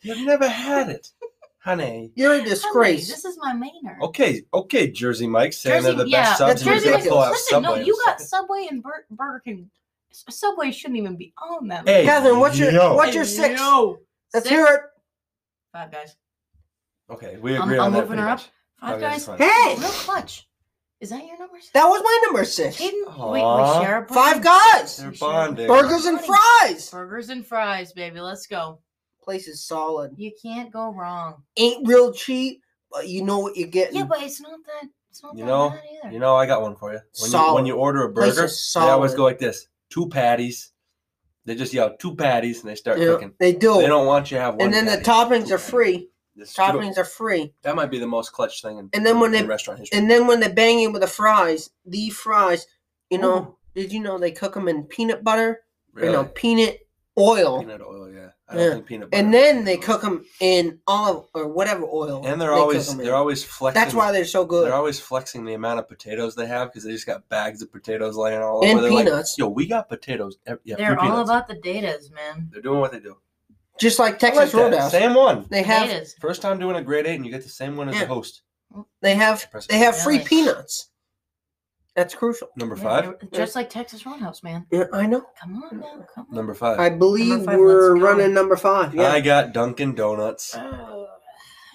A: You've never had it. honey.
B: You're a
C: Honey,
B: disgrace.
C: This is my Maynard.
A: Okay, okay, Jersey Mike saying
C: Jersey-
A: they're the
D: yeah,
A: best subs.
B: that's
A: and we're gonna
B: ridiculous.
A: pull out
C: Listen, no,
A: Subway in a
C: you got
A: second.
C: Subway and Bur- Burger King. S- Subway shouldn't even be on that.
A: Hey,
B: Catherine, what's your
A: yo.
B: what's your six?
C: No.
B: Let's
C: Six?
B: hear it.
C: Five guys.
A: Okay, we
D: I'm-
A: agree
D: I'm
A: on that.
D: moving
A: pretty
D: her up.
A: much.
C: Five
A: Okay, that's
C: guys.
A: fine.
B: Hey,
C: Real clutch. Is that your numbers?
B: that was my number six.
D: Didn't we,
A: Aw.
D: we share a burger?
B: Five guys,
A: They're bonding.
B: burgers and fries.
D: Burgers and fries, baby. Let's go.
B: Place is solid.
D: You can't go wrong.
B: Ain't real cheap, but you know what you're getting.
C: Yeah, but it's not that. It's not
A: Mm. You
C: that
A: know,
C: bad either.
A: You know, I got one for you. When you
B: Solid.
A: when you order a
B: Place
A: burger,
B: is
A: they always
B: solid.
A: go like this: two patties. They just yell two patties and they start
B: Yeah,
A: cooking.
B: they do.
A: They don't want you to have one.
B: and then the
A: patty.
B: toppings
A: Two
B: are free.
A: This is true.
B: Toppings are free.
A: That might be the most clutch thing in,
B: And then when
A: in
B: they-
A: restaurant history.
B: And then when they bang you with the fries, the fries, you know, did you know they cook them in peanut butter? You know, peanut oil.
A: Peanut oil, yeah. I don't
B: Yeah.
A: think peanut butter.
B: and then they cook them in olive or whatever oil.
A: And
B: they
A: they're
B: cook
A: always
B: 'em in.
A: they're always flexing.
B: That's why they're so good.
A: They're always flexing the amount of potatoes they have because they just got bags of potatoes laying all
B: And
A: over. They're like,
B: peanuts.
A: Yo, we got potatoes. ev- Yeah, free
D: They're all
A: peanuts.
D: about the datas, man.
A: They're doing what they do.
B: Just like
A: I like
B: Texas
A: that.
B: Roadhouse,
A: Same one.
B: they have
D: Datas.
A: First time doing a grade eight, and you get the same one as
B: Yeah.
A: the host.
B: they have
A: Impressive.
B: they have free
D: Really?
B: peanuts. That's crucial.
A: Number
D: Yeah,
A: five.
D: they're- Just like Texas Roadhouse, man.
B: Yeah, I know.
D: Come on now. Come on.
A: Number five.
B: I believe
D: five,
B: we're
D: let's go.
B: running number five. Yeah,
A: I got Dunkin' Donuts.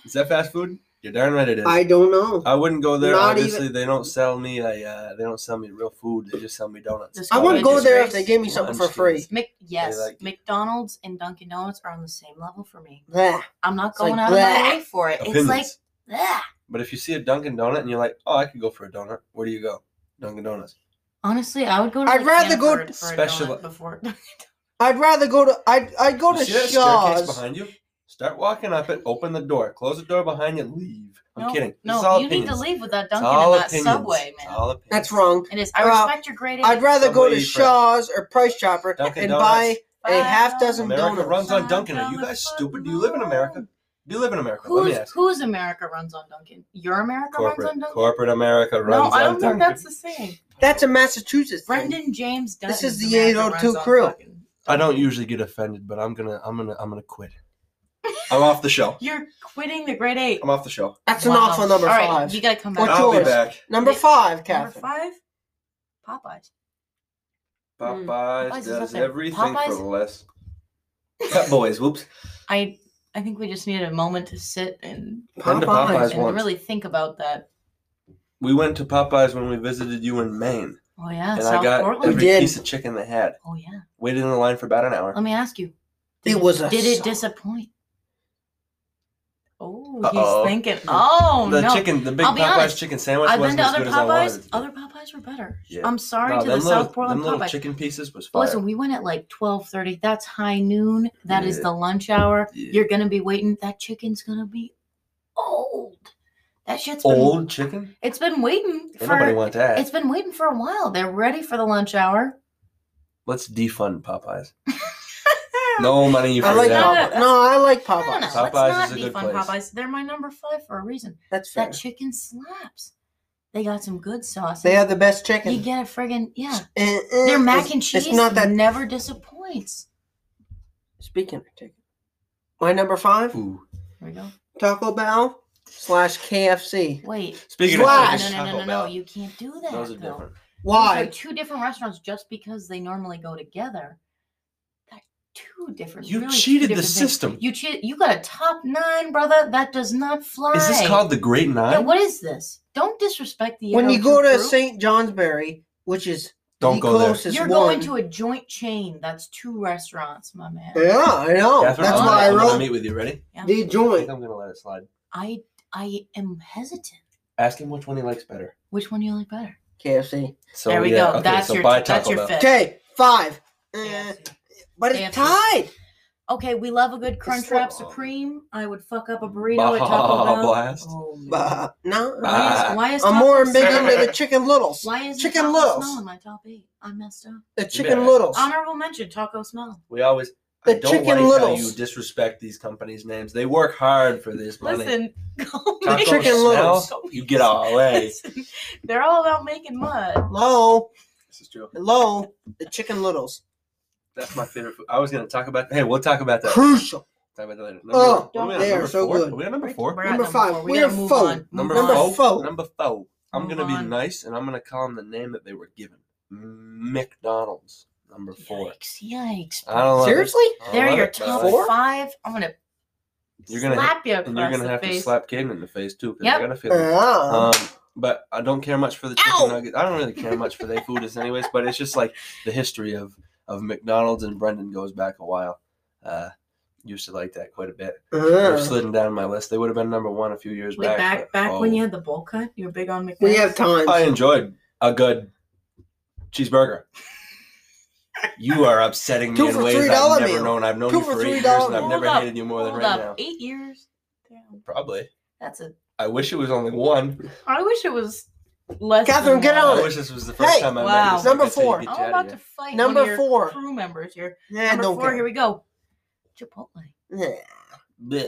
A: Is that fast food? You're darn right it is.
B: I don't know.
A: I wouldn't go there.
B: Not
A: Obviously, they don't sell me a uh, they don't sell me real food. They just sell me donuts.
D: Just
B: I
A: would
B: wouldn't go there if they
D: Disgrace.
B: gave me something for
A: Lunch
B: free.
A: is-
D: Mc- yes,
A: like-
D: McDonald's and Dunkin' Donuts are on the same level for me.
B: Blah.
D: I'm not
B: It's like
D: going out of my
B: bleh.
D: way for it.
A: Opinions.
D: It's like, bleh.
A: but if you see a Dunkin' Donut and you're like, oh, I could go for a donut, where do you go? Dunkin' Donuts.
D: honestly, I would go. To
B: I'd
D: like
B: rather go
D: Stanford for
A: special-
D: a donut before.
B: I'd rather go to I'd I'd go
A: You
B: to
A: see that staircase
B: Shaw's.
A: behind you? Start walking up it. Open the door. Close the door behind you. Leave. I'm
D: No,
A: kidding. This is
D: No,
A: all
D: you need to
A: opinions.
D: leave with that
A: It's
D: Dunkin'
A: all
D: and that
A: opinions.
D: Subway,
A: It's
D: man.
A: all opinions.
B: That's wrong.
D: It is. I
B: Well,
D: respect your grade.
B: I'd
D: eight.
B: rather go
A: Somebody
B: to
A: fresh.
B: Shaw's or Price Chopper
A: Dunkin'
B: and
A: Donuts.
B: buy a half
D: Five
B: dozen
A: America
B: donuts.
A: runs on
D: Five
A: Dunkin'. Are you
D: dollars
A: guys
D: for
A: stupid? Do you live in America? Do you live in America? Let me
D: Who's
A: ask.
D: who's America runs on Dunkin'? Your America runs
A: Corporate,
D: on Dunkin'.
A: corporate America
D: no,
A: runs
D: I
A: on
D: don't
A: Dunkin'.
D: think that's the same.
B: That's a Massachusetts. thing.
D: Brendan James Dunn.
B: This is the 802 crew.
D: crew.
A: I don't usually get offended, but I'm gonna, I'm gonna, I'm gonna quit. I'm off the show.
D: You're quitting the grade eight.
A: I'm off the show.
B: That's an
D: Wow.
B: awful number
D: All right,
B: five.
D: you gotta come
B: What's
D: back.
A: I'll be
B: yours?
A: back.
B: Number
D: Wait,
B: five,
D: Number
B: Catherine.
D: five, Popeyes.
A: Popeyes,
D: Mm. Popeyes is up
A: does
D: there.
A: everything for
D: Popeyes-
A: less. Cut boys, whoops.
D: I I think we just needed a moment to sit and,
A: Been to
B: Popeyes.
A: Popeyes
D: and
A: once.
D: really think about that.
A: We went to Popeyes when we visited you in Maine,
D: Oh yeah,
A: and
D: South
A: I got
D: Portland.
A: every
B: We did.
A: piece of chicken they had.
D: oh yeah.
A: Waited in the line for about an hour.
D: Let me ask you.
B: It was a
D: Did it
B: suck.
D: disappoint? Oh,
A: Uh-oh.
D: he's thinking. Oh
A: the
D: no.
A: chicken, the big
D: I'll be
A: Popeyes
D: honest.
A: chicken sandwich
D: I've been
A: wasn't
D: to
A: as
D: other
A: good as I wanted. it
D: Popeyes.
A: to be.
D: Other Popeyes were better.
A: Yeah.
D: I'm
A: No,
D: sorry to the
A: them little,
D: South Portland
A: them little
D: Popeyes.
A: chicken pieces was fire.
D: Listen, we went at like twelve thirty. That's high noon. That is
A: Yeah.
D: the lunch hour.
A: Yeah.
D: You're gonna be waiting. That chicken's gonna be old. That shit's been
A: Old chicken?
D: It's been waiting
A: Ain't nobody
D: for.
A: want that.
D: It's been waiting for a while. They're ready for the lunch hour.
A: Let's defund Popeyes. No money for
B: I like
A: that.
B: Popeyes. No, I like
D: I don't know.
B: Popeyes.
A: Popeyes
D: Let's
A: is a
D: not
A: good place.
D: defund Popeyes. They're my number five for a reason.
B: That's fair.
D: That chicken slaps. They got some good sauce.
B: They have the best
D: You
B: chicken.
D: get a friggin' yeah.
B: Eh, eh,
D: Their mac
B: it's-
D: and cheese
B: It's not that.
D: never disappoints.
B: Speaking of chicken, my number five,
A: Ooh.
D: Here we go.
B: Taco Bell slash KFC.
D: Wait.
A: Speaking
B: Slash.
A: of
D: no,
A: chicken,
D: no, no, no,
A: Taco
D: no,
A: Bell.
D: You can't do that.
A: Those are
D: though.
A: different.
D: Those
B: Why?
D: are two different restaurants just because they normally go together. They're two different.
A: You
D: really two
A: cheated the
D: different things.
A: system.
D: You cheat. You got a top nine, brother. That does not fly.
A: Is this called the Great Nine?
D: Yeah, what is this? Don't disrespect the.
B: When you
D: 802
B: go to
D: crew.
B: St. Johnsbury, which is
A: Don't
B: the
A: go there.
B: closest
D: you're
B: one.
D: going to a joint chain. That's two restaurants, my man.
B: yeah, I know.
A: Catherine,
B: That's
A: I'm
B: why I
A: gonna- I'm gonna
B: wrote
A: meet with you. Ready?
D: Yeah.
B: the
A: I
B: joint.
A: think I'm gonna let it slide.
D: I I am hesitant.
A: Ask him which one he likes better.
D: Which one do you like better?
B: KFC.
A: So
D: there we
A: yeah,
D: go.
A: okay,
D: that's
A: so
D: your
A: buy
D: that's
A: Taco
D: your
A: Bell.
D: fifth.
B: Okay, five. Eh,
D: KFC.
B: but it's
D: KFC.
B: tied.
D: Okay, we love a good Crunchwrap
A: so-
D: Supreme. I would fuck up a burrito at Taco
A: Baja
D: Bell.
A: Blast.
D: Oh, man.
B: Bah, no,
D: Why
A: Bah.
D: is, why is
B: I'm
D: Taco
B: more
D: Bell-
B: big into the Chicken Littles.
D: Why is
B: Chicken
D: Taco
B: Littles.
D: Smell in my top eight? I messed up.
B: The Chicken
A: Yeah.
B: Littles.
D: Honorable mention: Taco Smell.
A: We always. I
B: The
A: don't
B: Chicken
A: like
B: Littles.
A: how you disrespect these companies' names. They work hard for this money.
D: Listen, go
A: Taco
D: make-
B: Chicken
A: smell,
B: Littles.
A: You get all A.
D: Listen, They're all about making mud.
B: Hello,
A: This is true.
B: hello. The Chicken Littles.
A: That's my favorite food. I was gonna talk about. Hey, we'll talk about that.
B: Crucial.
A: Talk about that later. Number,
B: Oh,
A: are we on
B: they are
A: number
B: so
A: four?
B: good.
A: Are we on number
D: Ricky,
A: four?
D: we're at
B: Number five,
D: four.
B: we
D: gotta
B: are
D: move
B: four.
D: on.
A: Number,
D: Move
B: Number
D: on.
A: four.
B: four.
A: Number four. I'm
D: Move
A: gonna be
D: on.
A: nice, and I'm gonna call them the name that they were given. McDonald's. Number four.
D: Yikes! Yikes!
A: I don't love it.
B: Seriously?
A: I don't
D: They're
A: love
D: your
A: it, but I
D: top
A: like it.
B: four?
D: five. I'm gonna
A: You're gonna
D: slap you across
A: And you're gonna
D: the
A: have
D: face.
A: to slap Caden in the face too, because
D: Yep.
A: I gotta feel it.
B: Ah.
A: Um, but I don't care much for the chicken
D: Ow!
A: nuggets. I don't really care much for their food, as anyways. But it's just like the history of of McDonald's and Brendan goes back a while. Uh, used to like that quite a bit. They're
B: Ah.
A: slidden down my list. They would have been number one a few years
D: Wait,
A: back.
D: back
A: but-
D: back when
A: oh.
D: you had the bowl cut, you were big on McDonald's.
B: we have time.
A: I enjoyed a good cheeseburger. You are upsetting me
B: Two
A: in
B: for
A: ways
B: $3
A: I've never
B: meal.
A: known. I've known
B: Two
A: you
B: for
A: for eight years,
B: $3
A: and I've
B: meal.
A: never
D: Hold up,
A: hated you more than
D: Hold
A: right
D: up,
A: now.
D: eight years. Damn,
A: Probably.
D: that's a.
A: I wish it was only one.
D: I wish it was less.
B: Catherine,
D: than
B: get
D: one.
B: on
A: I
B: it.
A: wish this was the first
B: Hey,
A: time I
D: wow.
A: met you. so I
B: Number
A: could say you
B: four.
A: get you
D: I'm
A: out
D: about
A: of
D: to
A: here.
D: fight one
B: Number
D: of your
B: four.
D: crew members here.
B: Yeah,
D: Number
B: don't
D: four, here
B: care.
D: we go. Chipotle.
B: Yeah.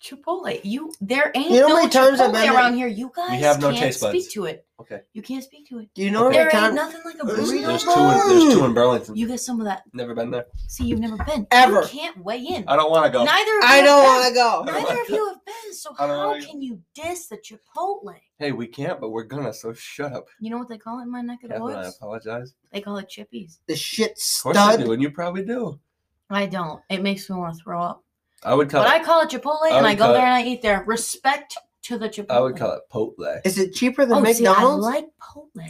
D: Chipotle. You there ain't
B: You know how
D: no
B: many times I've
D: Chipotle
B: been
D: around here. You guys
A: have no
D: can't
A: taste buds.
D: speak to it.
A: Okay.
D: You can't speak to it.
B: Do you know
A: Okay.
B: every
D: There
B: time
D: ain't nothing like a
B: There's-
A: There's,
D: burrito.
A: there's two.
D: bowl.
A: In, there's two in Burlington.
D: You get some of that.
A: Never been there.
D: See, you've never been.
B: Ever.
D: You can't weigh in.
A: I don't want to go.
D: Neither of you
B: I
D: have
B: don't
D: been.
B: want to go.
D: Neither of you have been, so
A: Oh, I don't
D: how
A: wanna-
D: can you diss the Chipotle?
A: Hey, we can't, but we're gonna. So shut up.
D: You know what they call it in my neck of the
A: Catherine, I
D: woods?
A: apologize.
D: They call it chippies.
B: The shit
A: Of course I do,
B: stud.
A: and you probably do.
D: I don't. It makes me want to throw up.
A: I would call
D: But I
A: it.
D: call it Chipotle,
A: Oh. I
D: and
A: would
D: I go
A: call
D: there
A: it-
D: and I eat there. Respect to the Chipotle.
A: I, would call it potle
B: Is it cheaper than
D: Oh, see, I
B: McDonald's?
D: like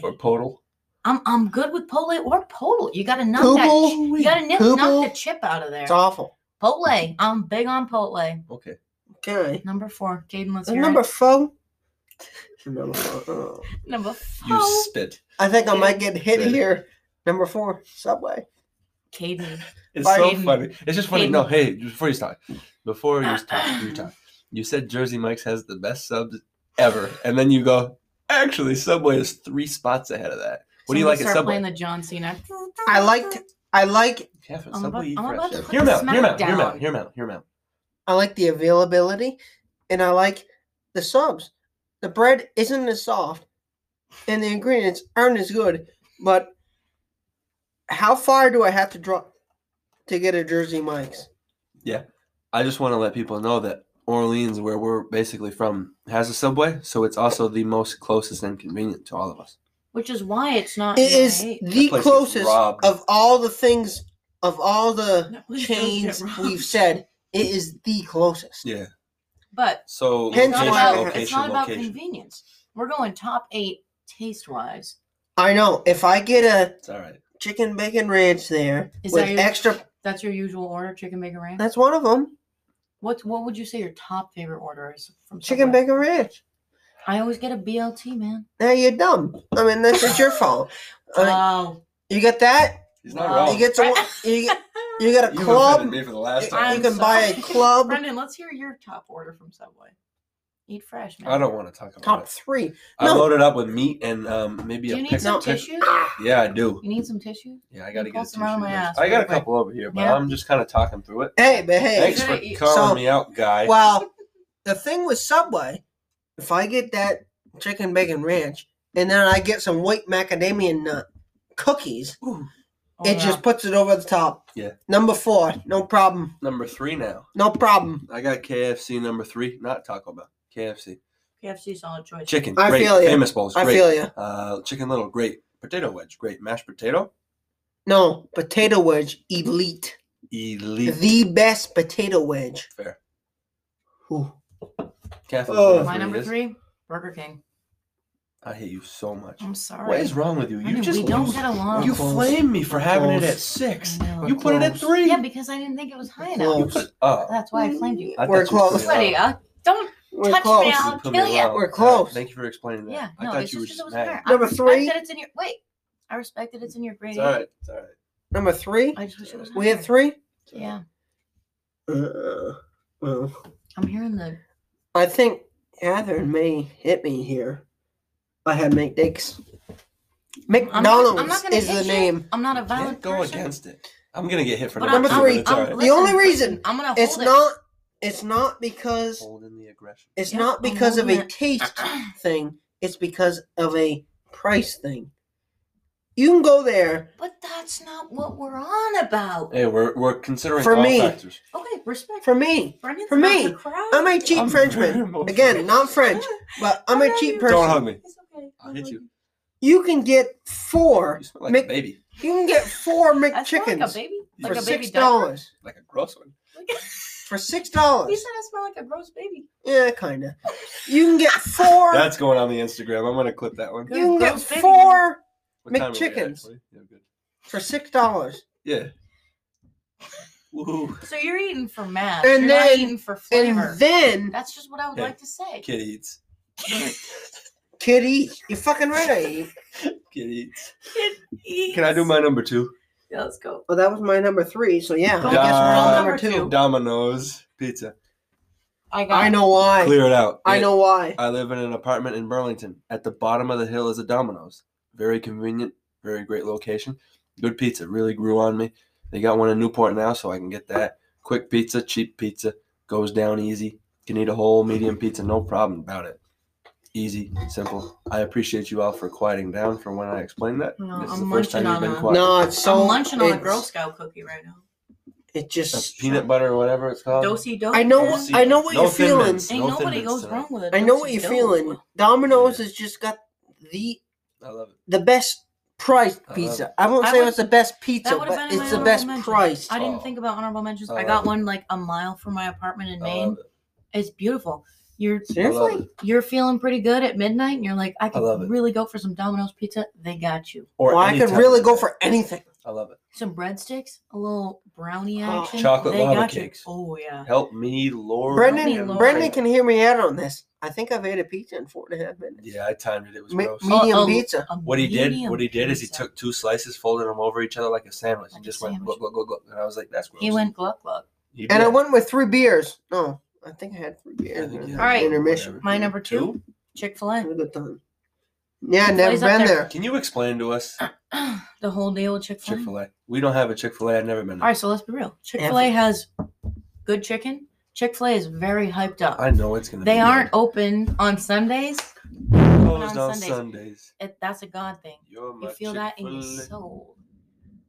A: or
D: Potle.
A: podal.
D: I'm I'm good with Pole or Potle. You gotta knock that.
B: Kugel?
D: ch- You gotta nip,
B: Kugel?
D: knock the chip out of there.
B: It's awful.
D: Potle. I'm big on Potle.
A: Okay.
B: Okay.
D: Number four, Caden. Let's
B: And
D: hear
B: number
D: it.
B: four. Number four. oh.
D: number
A: You
D: four.
A: spit.
B: I think I might get hit
A: Really?
B: here. Number four, Subway.
D: Caden.
A: It's
B: Bye,
A: so
D: Hayden.
A: funny. It's just funny.
D: Hayden.
A: No, hey, before you start, before you start, you talk. You said Jersey Mike's has the best subs ever, and then you go. Actually, Subway is three spots ahead of that. What do you
D: Somebody
A: like at
D: start
A: Subway?
D: Playing the John Cena.
B: I liked I like
A: Catherine,
D: I'm about-
A: Subway, you
D: I'm about
A: fresh.
D: to put
A: Hear him
D: the
A: out. Hear him out. Hear him
D: smack
A: out.
D: down.
A: Hear him out. Hear him out.
B: I like the availability and I like the subs. The bread isn't as soft and the ingredients aren't as good, but how far do I have to drop to get a Jersey Mike's?
A: I just want to let people know that Orleans, where we're basically from, has a subway, so it's also the most closest and convenient to all of us.
D: Which is why it's not.
B: It is
D: right.
B: the
A: place gets
B: closest
A: robbed.
B: of all the things of all the
D: No, please don't get
B: chains
D: robbed.
B: we've said, it is the closest.
A: Yeah.
D: But
A: So
B: Hence
D: it's
A: location,
D: not
B: Location,
D: about,
A: location,
D: it's not about
A: location.
D: convenience. We're going top eight taste wise.
B: I know. If I get a
A: It's all right.
B: chicken bacon ranch there
D: Is
B: with
D: that your-
B: extra.
D: That's your usual order, chicken bacon ranch.
B: That's one of them.
D: What what would you say your top favorite order is from
B: Chicken
D: Subway?
B: bacon ranch.
D: I always get a BLT, man.
B: Now you're dumb. I mean, that's just your fault. I mean,
A: Oh.
D: Wow.
B: you get that?
A: He's not
D: Wow.
A: wrong.
B: You get some.
D: Right.
B: You get. You get a
A: Oh, You offended
B: club.
A: me for the last
B: You-
A: time.
B: you can buy a club.
D: Brendan, let's hear your top order from Subway. Eat fresh, man.
A: I don't want to talk about
B: Top
A: it.
B: three.
A: I
B: no.
A: loaded up with meat and um, maybe
D: Do
A: a
D: you need
A: pickle.
D: some
B: No. Ah!
A: pick-
D: tissue?
A: Yeah, I do.
D: You need some tissue?
A: Yeah, I gotta
D: You
A: get a
D: pulled some out of
A: tissue
D: my
A: next.
D: ass
A: I got a
D: real quick.
A: couple over here, but
D: Yeah.
A: I'm just kind of talking through it.
B: Hey, but hey.
A: Thanks for
D: Hey.
A: calling
B: So-
A: me out, guy.
B: Well, the thing with Subway, if I get that chicken bacon ranch and then I get some white macadamia nut cookies,
D: Oh,
B: it
D: yeah.
B: just puts it over the top.
A: Yeah.
B: Number four, no problem.
A: number three now.
B: No problem.
A: I got KFC number three, not Taco Bell. KFC
D: KFC solid choice.
A: chicken.
B: I
A: great.
B: feel ya.
A: Famous bowls.
B: I
A: Great.
B: feel you.
A: Uh, chicken little, great. Potato wedge, great. Mashed potato,
B: No, potato wedge, elite.
A: elite.
B: The best potato wedge.
A: Fair.
B: Ooh.
A: Catherine,
B: Oh.
A: number
D: My number
A: is-
D: three, Burger King.
A: I hate you so much.
D: I'm sorry.
A: What is wrong with you? You
D: I mean,
A: just
D: we don't
A: lose-
D: get along.
A: you
B: Close.
A: flame me for having it
B: Close.
A: at six.
D: I know.
A: You put it at
B: Close.
A: three.
D: Yeah, because I didn't think it was high
A: you
D: enough.
B: Close.
A: put, oh,
D: That's why I flamed you.
A: I
B: We're
A: thought you were
B: close.
A: putting it
D: Buddy,
A: out.
D: uh, don't
B: We're
D: touch
B: close.
D: me. I'll
A: You put
D: kill
A: me
D: ya.
A: out.
B: We're
A: Alright,
B: close.
A: Thank you for explaining that.
D: Yeah,
A: I
D: no,
A: thought
D: it's
A: you were
D: just because it was
A: snagged.
D: higher.
B: Number
D: I
B: three.
D: respect that it's in your wait. I respect that it's in your grade.
A: It's all right. It's all right.
B: Number three.
D: I just wish it was
B: We had
D: higher.
B: three?
D: Yeah,
B: Uh, well,
D: I'm hearing the.
B: I think Catherine may hit me here. I had McDicks.
D: I'm not,
B: McDonald's
D: I'm not gonna
B: is the
D: hit you.
B: name.
D: I'm not a
A: Can't
D: violent
A: go
D: person.
A: against it. I'm gonna get hit for
D: But
A: number
B: I'm-
A: three,
B: I'm-
A: but it's all
B: The
A: right.
D: listen,
B: only reason
D: I'm gonna.
B: It's
D: hold it.
B: not it's not because
A: Hold in the aggression.
B: it's
D: Yeah,
B: not
D: I'm
B: because of
D: holding
B: a
D: it.
B: taste thing, it's because of a price thing. You can go there.
C: But that's not what we're on about.
A: Hey, we're we're considering
B: For
A: all
B: me.
A: factors.
C: Okay, respect.
B: For me,
C: Brendan's
B: for
C: not
B: me,
C: the crowd.
B: I'm a
D: Um,
B: cheap
A: I'm very
B: Frenchman.
A: emotional.
B: Again, not French, but I'm a cheap person.
A: Don't hug me.
C: It's okay.
A: I'll hit you.
B: You can get four.
A: You smell like
B: Mc-
A: a baby,
B: you can get four
C: I smell Like a
B: McChickens
C: baby.
A: For
C: Like
B: for
C: a baby
B: six
C: diaper.
B: dollars.
A: like a gross one.
B: For six
C: He
B: dollars.
C: said I smell like a gross baby.
B: Yeah, kinda. You can get four.
A: That's going on the Instagram. I'm gonna clip that one.
B: you can get
C: Gross baby.
B: four
A: What time are we at,
B: McChickens.
A: actually? Yeah, good.
B: for six dollars.
A: Yeah. Woo,
C: So you're eating for math.
B: And
C: And you're
B: then-
C: not eating for flavor.
B: And then
C: That's just what I would
A: Hey.
C: like to say.
A: kid eats.
B: kid eats. You're fucking right. I eat.
A: Kid eats.
C: Eat.
A: Can I do my number two?
C: Yeah, let's go.
B: Well, that was my number three. So yeah,
A: Yeah.
B: I guess we're on number
C: Number
B: two.
C: two.
A: Domino's pizza.
C: I got.
B: I know why.
A: Clear it out.
B: I
A: Yeah.
B: know why.
A: I live in an apartment in Burlington. At the bottom of the hill is a Domino's. Very convenient, very great location. Good pizza. Really grew on me. They got one in Newport now, so I can get that. Quick pizza, cheap pizza. Goes down easy. Can eat a whole medium pizza, no problem about it. Easy, simple. I appreciate you all for quieting down for when I explained that.
D: No,
A: this is
D: I'm
A: the first time
D: munching
A: you've been
D: on a-
A: quiet.
B: No, it's so
D: I'm munching on a
B: it's-
D: Girl Scout cookie right now.
B: It
A: A
B: just
A: peanut butter, or whatever it's called.
D: Dosey do.
B: I know
A: Yeah.
B: what I know what
A: No
B: you're
A: thin
B: feeling.
A: mints.
D: Ain't
A: No thin
D: nobody
A: mints
D: goes
A: tonight.
D: wrong with it.
B: I know what you're
D: Dosey
B: feeling.
D: Do.
B: Domino's has just got the
A: I love it.
B: the best priced
A: I love
B: pizza. I won't
D: I
B: say
D: would-
B: it's the best pizza,
D: that would've
B: but
D: been in
B: it's
D: my
B: the best
D: honorable mention.
B: priced.
D: I didn't
A: Oh.
D: think about honorable mentions.
A: I
D: I
A: love
D: got
A: it.
D: one like a mile from my apartment in
A: I love
D: Maine.
A: it.
D: It's beautiful. You're
A: I love
B: Seriously?
A: it.
D: you're feeling pretty good at midnight, and you're like, I
A: love it.
D: could really go for some Domino's pizza. They got you.
A: Or
B: Well, I
A: any
B: could
A: type
B: really
A: of
B: go
A: pizza.
B: for anything.
A: I love it.
D: Some breadsticks, a little brownie
B: Oh.
D: action.
A: Chocolate
D: they
A: lava
D: got you.
A: cakes.
D: Oh yeah.
A: Help me, Lord.
D: me,
B: Brendan,
D: Lord.
B: Brendan can hear me out on this. I think I've ate a pizza in four and a half minutes.
A: Yeah, I timed it. It was
B: Me-
A: gross.
B: me- Medium
D: A- a-
B: pizza.
D: a
A: What he did,
D: medium
A: what he did is he
D: pizza.
A: took two slices, folded them over each other like a sandwich,
D: Like
A: and
D: a
A: just went
D: sandwich.
A: gluck, gluck, gluck, gluck. And I was like, "That's gross."
D: He went gluck gluck.
A: He
B: And I
A: did.
B: went with three beers. No, I think I had three
A: I
B: beers.
A: think he
B: in
A: had
B: the
D: All right.
B: Intermission.
A: whatever.
D: My number two, Chick Fil
B: Had
D: A.
B: a good time. Yeah, I've never
D: Everybody's up
B: been
D: there.
B: there.
A: Can you explain to us
D: Uh-huh. the whole deal with Chick Fil
A: Chick
D: A. All
A: Fil A? We don't have a Chick Fil A. I've never been. There.
D: right, so let's be real. Chick Fil A has good chicken. Chick Fil A is very hyped up.
A: I know it's gonna. be
D: They
A: good.
D: aren't open on Sundays.
A: closed
D: on
A: on
D: Sundays.
A: Sundays.
D: It, that's a God thing.
A: You're
D: You
A: my
D: feel that in your
A: Chick-fil-A.
D: soul.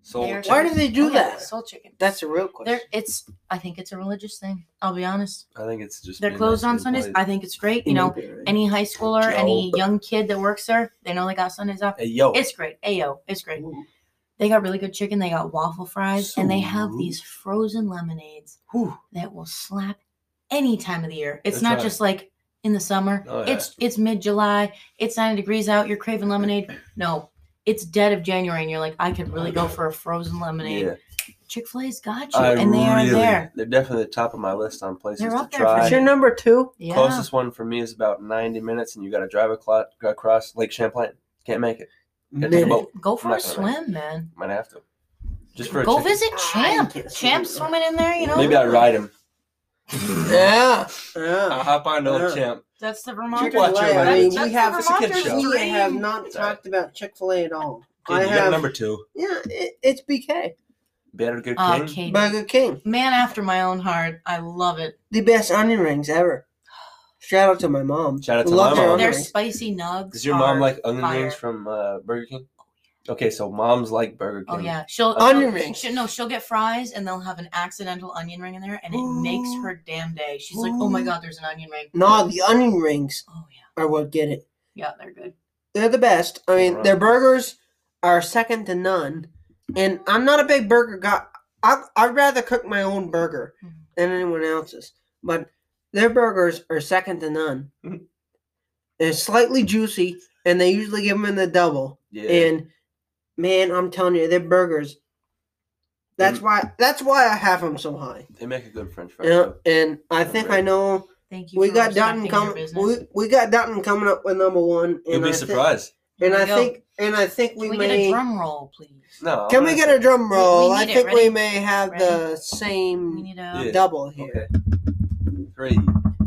A: Soul
D: They're-
A: chick-
B: Why do they do
D: Oh, yeah,
B: that?
D: Soul chicken.
B: That's a real question.
D: There, it's. I think it's a religious thing. I'll be honest.
A: I think it's just.
D: They're
A: being
D: closed on
A: nicely
D: Sundays.
A: polite.
D: I think it's great. You know, any high schooler, any young kid that works there, they know they got Sundays off.
A: Hey yo.
D: It's great. Ayo, it's great. They got really good chicken. They got waffle fries, and they have
A: So-
D: these frozen lemonades
A: Whew.
D: that will slap any time of the year. It's
A: That's
D: not
A: right.
D: just like in the summer.
A: Oh, yeah.
D: It's it's mid July. It's ninety degrees out. You're craving lemonade. No, it's dead of January, and you're like, I could really go for a frozen lemonade.
A: Yeah.
D: Chick Fil A's got you,
A: I
D: and they
A: really,
D: are there.
A: They're definitely the top of my list on places
D: They're
A: to
D: up there for
A: try.
B: It's your number two.
D: Yeah,
A: Closest one for me is about 90 minutes, and you got to drive aclo- across Lake Champlain. Can't make it. Gotta take a
B: Minute.
A: boat.
D: go for
A: not
D: a
A: gonna
D: swim, man.
A: Might have to. Just for a
D: Go
A: chicken.
D: visit Champ.
B: can't see
D: Champ's
B: it.
D: swimming in there. You know,
A: Maybe I ride him.
B: Yeah.
A: I'll
B: Yeah.
A: hop on to
B: Yeah.
A: Lake Champ.
D: That's the
A: Chick
D: Vermont.
A: Fil A, I mean,
B: we
D: That's
B: have
D: the
A: it's a kid
D: Vermonter's
A: show.
B: We
D: dream.
B: have not
A: It's all right.
B: talked about Chick Fil A at all.
A: Kid,
B: I
A: you
B: have,
A: got number two.
B: yeah, it, it's BK
A: Better Good
D: Oh,
A: King.
D: Katie.
B: Burger Uh, King,
D: Man after my own heart. I love it.
B: the best onion rings ever. Shout out to my mom.
A: Shout out to
B: Love
A: my
B: their
A: mom.
B: onion
D: Their
A: There's-
B: rings.
D: spicy nugs.
A: Does your mom
D: are
A: like onion
D: fire.
A: rings from uh, Burger King? Okay, so moms like Burger King.
D: Oh yeah, she'll
B: Onion rings.
D: she no, she'll get fries and they'll have an accidental onion ring in there, and it makes
A: Ooh.
D: her damn day. She's like, "Oh my god, there's an onion ring."
B: No, the onion rings
D: Oh yeah,
B: are what get it.
D: yeah, they're good.
B: They're the best. I mean,
A: Right.
B: their burgers are second to none. And I'm not a big burger guy. I, I'd rather cook my own burger
D: Mhm.
B: than anyone else's. But their burgers are second to none.
A: Mhm.
B: They're slightly juicy, and they usually give them in the double.
A: Yeah.
B: And man, I'm telling you, their burgers. That's
A: Mhm.
B: why. That's why I have them so high.
A: they make a good French fry.
B: Yeah,
A: too.
B: and I think I
A: Right.
B: know
D: Thank you.
B: we
D: for
B: got Dutton
D: respecting your
B: coming.
D: business.
B: We, we got Dutton coming up with number one.
A: You'll
B: and
A: be
B: I thi-
A: surprised.
D: Here
B: and
D: we
B: I
D: go.
B: think and I think we,
D: Can we
B: may
D: get a drum roll, please?
A: No. I'm
B: Can we
A: not-
B: get a drum
D: We- we
B: roll? I
D: need it.
B: think we
D: Ready?
B: may have the
D: We
B: same
D: need a.
A: Yeah.
B: double here.
A: Okay. Three,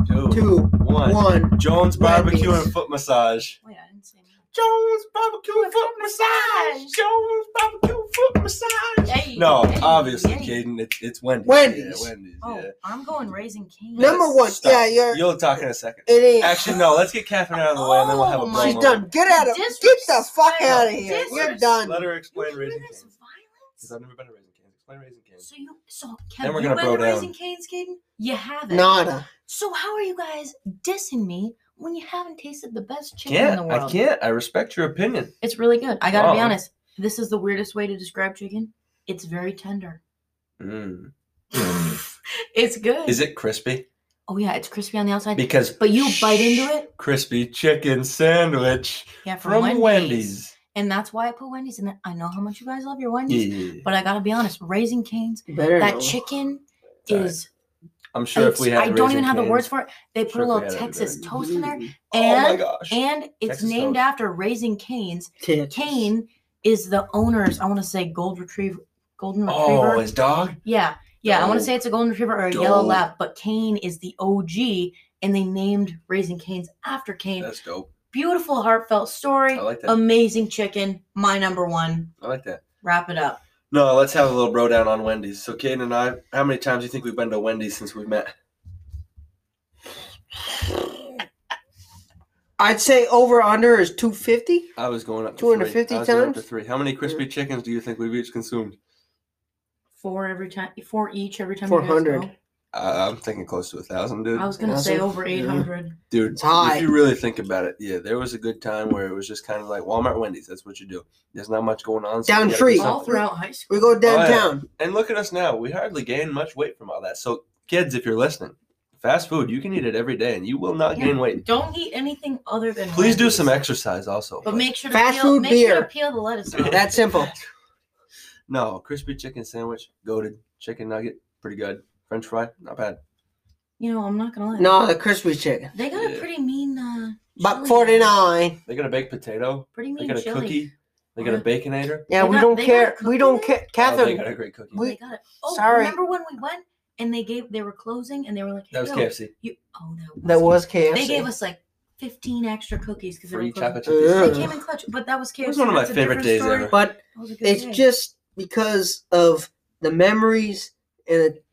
A: two,
B: Two,
A: one.
B: one.
A: Jones
B: Red
A: Barbecue
B: beans.
A: and Foot Massage.
D: Wait, oh, I didn't say. that.
A: Jones barbecue foot massage. Jones barbecue foot massage.
D: Hey,
A: No,
D: hey,
A: obviously,
D: hey.
A: Caden, it's it's Wendy's.
B: Wendy's.
A: Yeah, Wendy's.
D: Oh,
A: yeah.
D: I'm going raising canes.
B: Number one.
A: Stop.
B: Yeah, you're.
A: You'll talk in a second.
B: It ain't.
A: Actually, no. Let's get Catherine out of the way, and then we'll have a
D: Oh
A: blow
D: my
B: She's
A: moment.
B: done. Get out of. Get the fuck out of here. You're
A: Let-
B: done.
A: Let her explain
D: You hear
A: raising canes.
D: this
A: Because
D: violence?
A: I've never been to raising canes. Explain raising canes.
D: So you, so
A: Then
D: have
A: we're
D: you
A: gonna
D: been
A: bro
D: to
A: down.
D: raising canes, Caden? You haven't.
B: Nada.
D: So how are you guys dissing me when you haven't tasted the best chicken in the
A: Can't.
D: world?
A: I can't. Uh-uh. I respect your opinion.
D: It's really good. I gotta be
A: Wow.
D: honest. This is the weirdest way to describe chicken. It's very tender.
A: Mm.
D: It's good.
A: Is it crispy?
D: Oh yeah, it's crispy on the outside.
A: Because
D: but you bite into it.
A: crispy chicken sandwich
D: Yeah, from,
A: from
D: Wendy's.
A: Wendy's.
D: And that's why I put Wendy's in there. I know how much you guys love your Wendy's,
A: Yeah.
D: but I gotta be honest, raising canes,
B: Better
D: that
B: know.
D: chicken
A: Sorry.
D: is
A: I'm sure if
D: it's-
A: we had
D: I don't
A: Raising
D: even have the words
A: Cane's-
D: for it. They put
A: Sure, if
D: a
A: we
D: little
A: had it,
D: Texas
A: it'd be
D: toast in
A: Oh
D: there
A: my
D: and
A: gosh.
D: and it's
A: Texas
D: named
A: toast.
D: after Raising Canes.
B: Tits.
D: Cane is the owner's, I want to say gold retriever golden
A: Oh,
D: retriever.
A: his dog?
D: yeah. Yeah, I want to
A: Dope.
D: say it's a golden retriever or a yellow
A: Dope.
D: lab, but Cane is the OG and they named Raising Canes after Cane.
A: That's dope.
D: Beautiful heartfelt story.
A: I like that.
D: Amazing chicken. My number one.
A: I like that.
D: Wrap it up.
A: No, let's have a little bro down on Wendy's. So, Caden and I, how many times do you think we've been to Wendy's since we've met?
B: I'd say over under is 250.
A: I was going up to
B: 250
A: three. I was going up to
B: times?
A: three. How many crispy chickens do you think we've each consumed?
D: Four every time four each every time. you guys
B: 400.
D: go.
A: Uh, I'm thinking close to a thousand, dude.
D: I was gonna
B: That's
D: say
B: it.
D: over
B: Yeah.
D: eight hundred.
A: Dude,
B: It's high.
A: if you really think about it, yeah, there was a good time where it was just kind of like Walmart, Wendy's. That's what you do. There's not much going on. so you
B: Down
A: gotta do
B: free.
A: something.
D: All throughout high school.
B: We go
A: yeah.
B: downtown.
A: And look at us now. We hardly gain much weight from all that. So, kids, if you're listening, fast food, you can eat it every day and you will not
D: Yeah.
A: gain weight.
D: Don't eat anything other than.
A: Please do
D: Wendy's.
A: some exercise also.
D: But make sure to
B: Fast
D: peel,
B: food,
D: make sure
B: beer.
D: to peel the lettuce. off.
B: That simple.
A: no, crispy chicken sandwich, goaded. Chicken nugget, pretty good. French fry, not bad.
D: you know, I'm not gonna lie.
B: No, the crispy chicken.
D: They got
A: Yeah.
D: a pretty mean. Uh,
B: Buck
D: chili.
B: 49.
A: They got a baked potato.
D: Pretty
A: They
D: mean
A: got a
D: chili.
A: cookie. They got a
D: Yeah.
A: baconator.
B: Yeah,
D: They
B: we
D: got-
B: don't
D: they got
B: care.
D: a
B: We don't
D: cookie?
B: care.
A: Oh, they got a
B: Catherine,
A: great cookie.
B: we-
D: They got it. Oh,
B: Sorry.
D: remember when we went and they gave they were closing and they were like,
A: that was
D: "Yo,
A: KFC.
D: You, oh, that was,
B: that was KFC.
D: They gave us like 15 extra cookies because they were
A: Free
D: closing.
A: chocolate
B: Ugh.
A: chip.
D: They came in clutch, but that was KFC.
A: It was one of my
D: That's a
A: favorite
D: different
A: days
D: story.
A: ever.
B: But
D: That was a good
B: it's
D: day.
B: just because of the memories and the,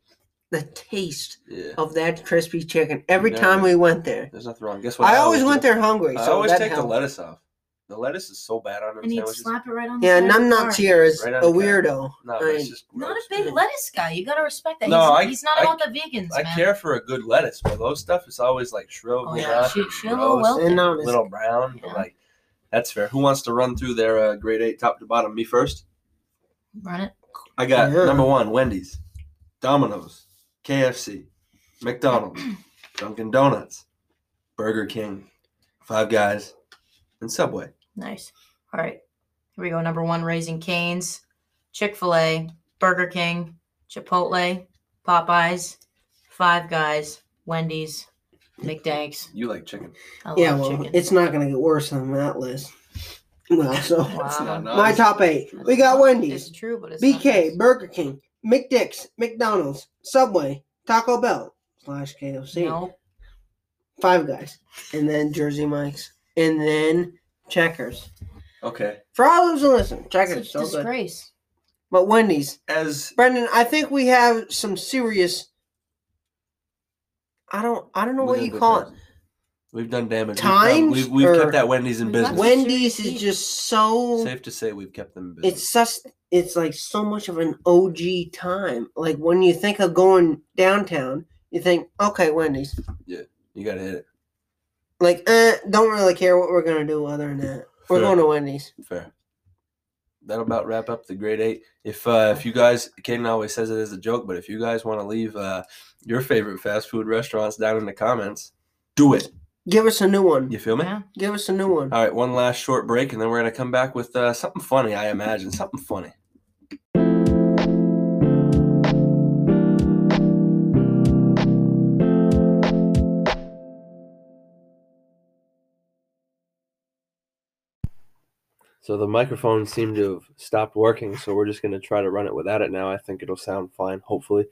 B: the taste
A: Yeah,
B: of that crispy chicken every
A: Yeah.
B: time we went there.
A: there's nothing wrong. Guess what?
B: I always went
A: do?
B: there hungry.
A: I
B: so
A: always
B: that
A: take the
B: helped.
A: lettuce off. The lettuce is so bad on them
D: And you'd
A: sandwiches.
D: slap it right on. the
B: Yeah,
D: side of
B: Num
D: the
B: Num
D: car.
B: Tier is
A: Right
B: a
A: out of the cat.
B: weirdo.
A: no,
B: I-
A: it's just
D: Not a
A: gross.
D: big lettuce guy. You gotta respect that.
A: No,
D: he's,
A: I-
D: he's not
A: I-
D: about the vegans,
A: I
D: man.
A: care for a good lettuce, but those stuff is always like shriveled
D: Oh
A: oh,
D: yeah, she, she a little
A: gross.
D: well.
B: and now it's-
A: little brown. But
D: Yeah.
A: like, that's fair. Who wants to run through their uh, grade eight top to bottom? Me first.
D: Run it.
A: I got
B: Yeah.
A: number one Wendy's, Domino's, KFC, McDonald's, Dunkin' Donuts, Burger King, Five Guys, and Subway.
D: Nice. All right. Here we go. Number one, Raising Canes, Chick fil A, Burger King, Chipotle, Popeyes, Five Guys, Wendy's, McDanks.
A: You like chicken?
D: I
B: yeah,
D: love
B: well,
D: chicken.
B: it's not going to get worse than that list. Well, so
A: That's
D: Wow.
A: not
B: my
A: nice.
B: top eight. We got
D: It's
B: Wendy's,
D: true, but it's not
B: BK,
D: nice.
B: Burger King, McDick's, McDonald's, Subway, Taco Bell slash KFC,
D: No,
B: Five Guys, and then Jersey Mike's, and then Checkers.
A: Okay.
B: For all those who listen, Checkers
D: it's a
B: so good.
D: disgrace.
B: But Wendy's,
A: As
B: Brendan, I think we have some serious. I don't. I don't know what
A: We've
B: you
A: done
B: call it.
A: damage. We've done damage.
B: Times
A: We've, done- we've, we've
B: or-
A: kept that Wendy's in
D: We've got
A: business.
D: When-
B: Wendy's is
D: Serious
B: just so.
A: Safe to say we've kept them in business.
B: it's such it's like so much of an OG time. Like when you think of going downtown, you think, okay, Wendy's.
A: you gotta hit it.
B: Like, eh, don't really care what we're gonna do other than that. We're
A: Fair.
B: going to Wendy's.
A: Fair. That'll about wrap up the grade eight. If uh, if you guys, Caden always says it as a joke, but if you guys want to leave uh, your favorite fast food restaurants down in the comments, do it.
B: Give us a new one.
A: You feel me?
D: Yeah.
B: Give us a new one.
A: All right, one last short break, and then we're gonna come back with uh, something funny. I imagine something funny. So the microphone seemed to have stopped working, so we're just gonna try to run it without it now. I think it'll sound fine, hopefully.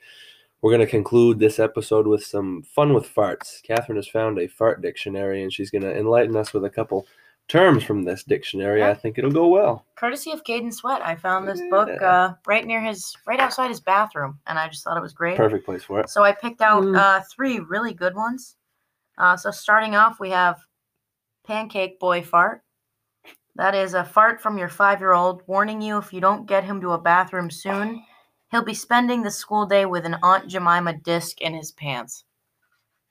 A: We're gonna conclude this episode with some fun with farts. Catherine has found a fart dictionary, and she's gonna enlighten us with a couple terms from this dictionary, I think it'll go well.
D: courtesy of Caden Sweat, I found this book uh, right near his, right outside his bathroom, and I just thought it was great.
A: Perfect place for it.
D: So I picked out
B: Mm.
D: uh, three really good ones. Uh, so starting off, we have Pancake Boy Fart. That is a fart from your five year old warning you if you don't get him to a bathroom soon, he'll be spending the school day with an Aunt Jemima disc in his pants.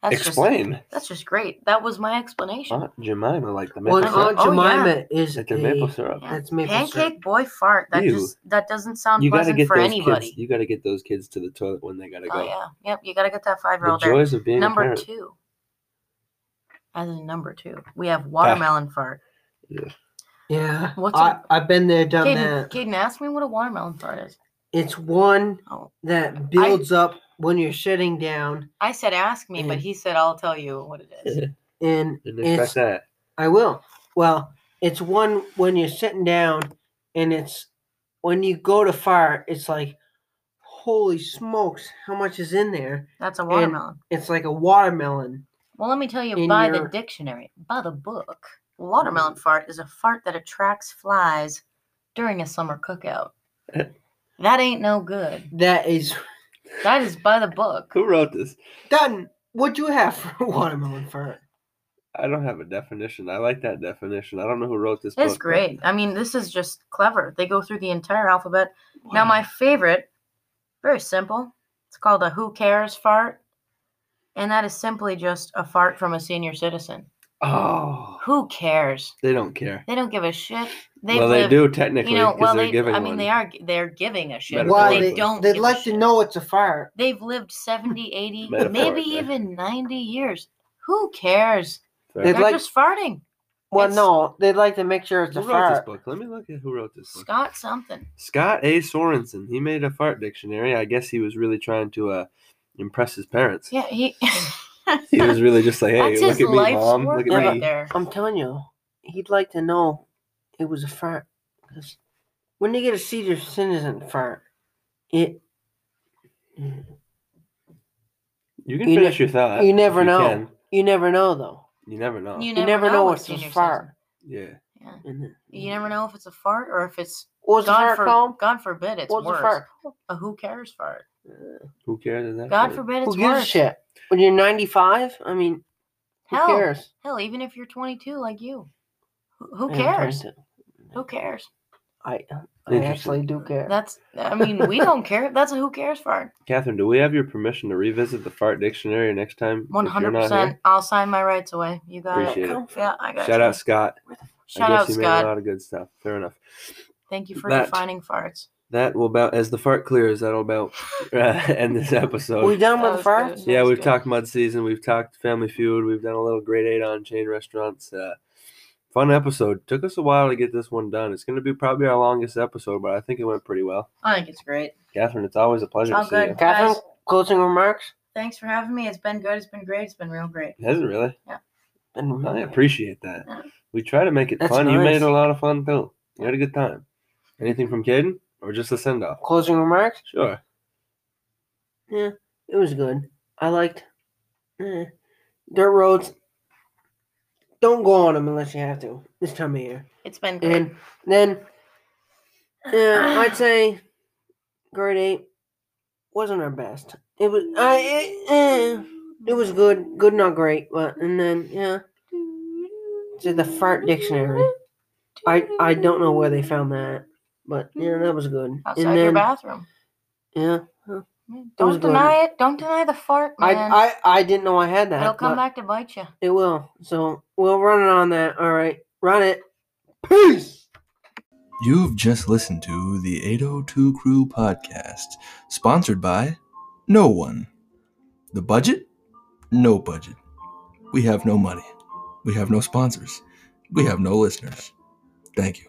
D: That's
A: Explain.
D: Just, that's just great. That was my explanation.
A: Aunt Jemima, like the maple
B: Well,
D: Maple
A: syrup.
B: Aunt
D: syrup. Oh, yeah.
B: Jemima is
A: Like the
B: a-
A: maple syrup.
D: Yeah.
B: That's maple
D: Pancake
B: syrup.
D: boy fart. That
A: Ew.
D: just that doesn't sound
A: You gotta
D: pleasant
A: get
D: for
A: those
D: anybody.
A: kids. You gotta get those kids to the toilet when they gotta
D: Oh
A: go.
D: yeah. Yep. You gotta get that five year
A: The
D: old there.
A: joys of being a
D: Number
A: parent.
D: two. As in number two, we have watermelon fart.
B: Yeah,
D: What's
B: I, I've been there, done
D: Caden,
B: that.
D: Caden, ask me what a watermelon fart is.
B: It's one
D: Oh,
B: that builds up when you're sitting down,
D: I said ask me, but
B: Mm.
D: he said I'll tell you what it is.
B: and
A: Didn't expect
B: it's
A: that.
B: I will. Well, it's one when you're sitting down, and it's when you go to fart. It's like, holy smokes, how much is in there?
D: That's a watermelon.
B: It's like a watermelon.
D: well, let me tell you
B: in
D: by the
B: your-
D: dictionary, by the book, watermelon fart is a fart that attracts flies during a summer cookout. that ain't no good.
B: That is
D: That is by the book.
A: Who wrote this?
B: done. What do you have for a watermelon fart?
A: I don't have a definition. I like that definition. I don't know who wrote this book.
D: It's
A: but-
D: great. I mean, this is just clever. They go through the entire alphabet. Now, my favorite, very simple. It's called a "Who Cares" fart, and that is simply just a fart from a senior citizen.
A: Oh,
D: Who cares?
A: they don't care.
D: They don't give a shit. They
A: well, they
D: live,
A: do technically
D: You know,
A: because
D: well,
A: they're
D: they.
A: giving
D: I mean,
A: one.
D: they are. g- They're giving a shit. but
A: Well,
D: they,
A: they-
D: don't.
B: They'd
D: give
B: like
D: a
B: to
D: shit.
B: know it's a fart.
D: They've lived 70, 80, maybe
A: Metaphorically.
D: even 90 years. Who cares?
A: Fair.
B: They'd
D: They're
B: like-
D: just farting.
B: Well,
D: It's-
B: no, they'd like to make sure it's
A: who
B: a
A: wrote this
B: fart.
A: book? Let me look at who wrote this book.
D: Scott something.
A: Scott A. Sorensen. He made a fart dictionary. I guess he was really trying to uh, impress his parents.
D: Yeah, he.
A: He was really just like, hey,
D: That's
A: look
D: his
A: at me,
D: life's
A: mom.
D: work
A: Look at
D: right
A: me.
D: there.
B: I'm telling you, he'd like to know it was a fart. 'cause when you get a senior citizen fart, it
A: You can
B: You ne-
A: finish your thought.
B: you
A: if
B: never know.
A: can.
B: You never know though.
A: You never know.
D: You
B: You never, know,
D: what
B: it's a
D: senior
B: fart.
A: yeah.
D: citizen-
B: And it-
D: Yeah. You never know if it's a fart or if it's
B: What was the
D: God,
B: fart
D: for,
B: called?
D: God forbid it's
B: What was
D: worse.
B: the fart?
D: A who cares fart.
A: Who cares? Is that
D: God
A: fart?
D: forbid it's
B: Who gives a
D: worse.
B: shit? When you're 95, I mean, who
D: Hell,
B: cares?
D: hell, even if you're 22 like you, who, who
B: I am
D: cares?
B: 22.
D: Who cares?
B: I, I
A: Interesting.
B: actually do care.
D: That's. I mean, we don't care. That's a who cares fart.
A: Catherine, do we have your permission to revisit the fart dictionary next time? if you're not
D: 100. percent
A: here?
D: I'll sign my rights away. You got
A: Appreciate
D: it.
A: it.
D: Yeah, I got
A: Shout
D: you.
A: out Scott.
D: Shout
A: I guess
D: out,
A: he made a
D: Scott.
A: lot of good stuff. Fair enough.
D: Thank you for
A: That-
D: defining farts.
A: That will about as the fart clears. That'll about uh, end this episode.
B: we done
D: That
B: with the
D: was
B: fart?
D: good.
A: yeah,
D: That's
A: we've
D: good.
A: talked mud season. We've talked Family Feud. We've done a little grade eight on chain restaurants. Uh, fun episode. Took us a while to get this one done. It's going to be probably our longest episode, but I think it went pretty well.
D: I think it's great.
A: Catherine, it's always a pleasure
D: All
A: to see
D: good.
A: you.
B: Catherine,
D: Guys.
B: closing remarks?
D: Thanks for having me. It's been good. It's been great. It's been real great.
A: Has it really?
B: And
A: I appreciate that.
D: Yeah.
A: We try to make it
B: That's
A: fun. You
B: nice.
A: made a lot of fun too. You had a good time. Anything from Caden or just a send off?
B: closing remarks?
A: Sure.
B: It was good. I liked eh. dirt roads. Don't go on them unless you have to this time of year.
D: It's been great.
B: And then, yeah, I'd say grade eight wasn't our best. It was I. It, eh, it was good. Good, not great. But and then yeah, to the fart dictionary. I I don't know where they found that, but yeah, that was good.
D: outside
B: and then
D: your bathroom.
B: yeah, was
D: Don't
B: good.
D: deny it. Don't deny the fart,
B: I,
D: man.
B: I I didn't know I had that.
D: It'll come
B: but-
D: back to bite you.
B: It will. So we'll run it on that. All right. Run it. Peace.
E: You've just listened to the 802 Crew podcast, sponsored by no one. The budget? No budget. We have no money. We have no sponsors. We have no listeners. Thank you.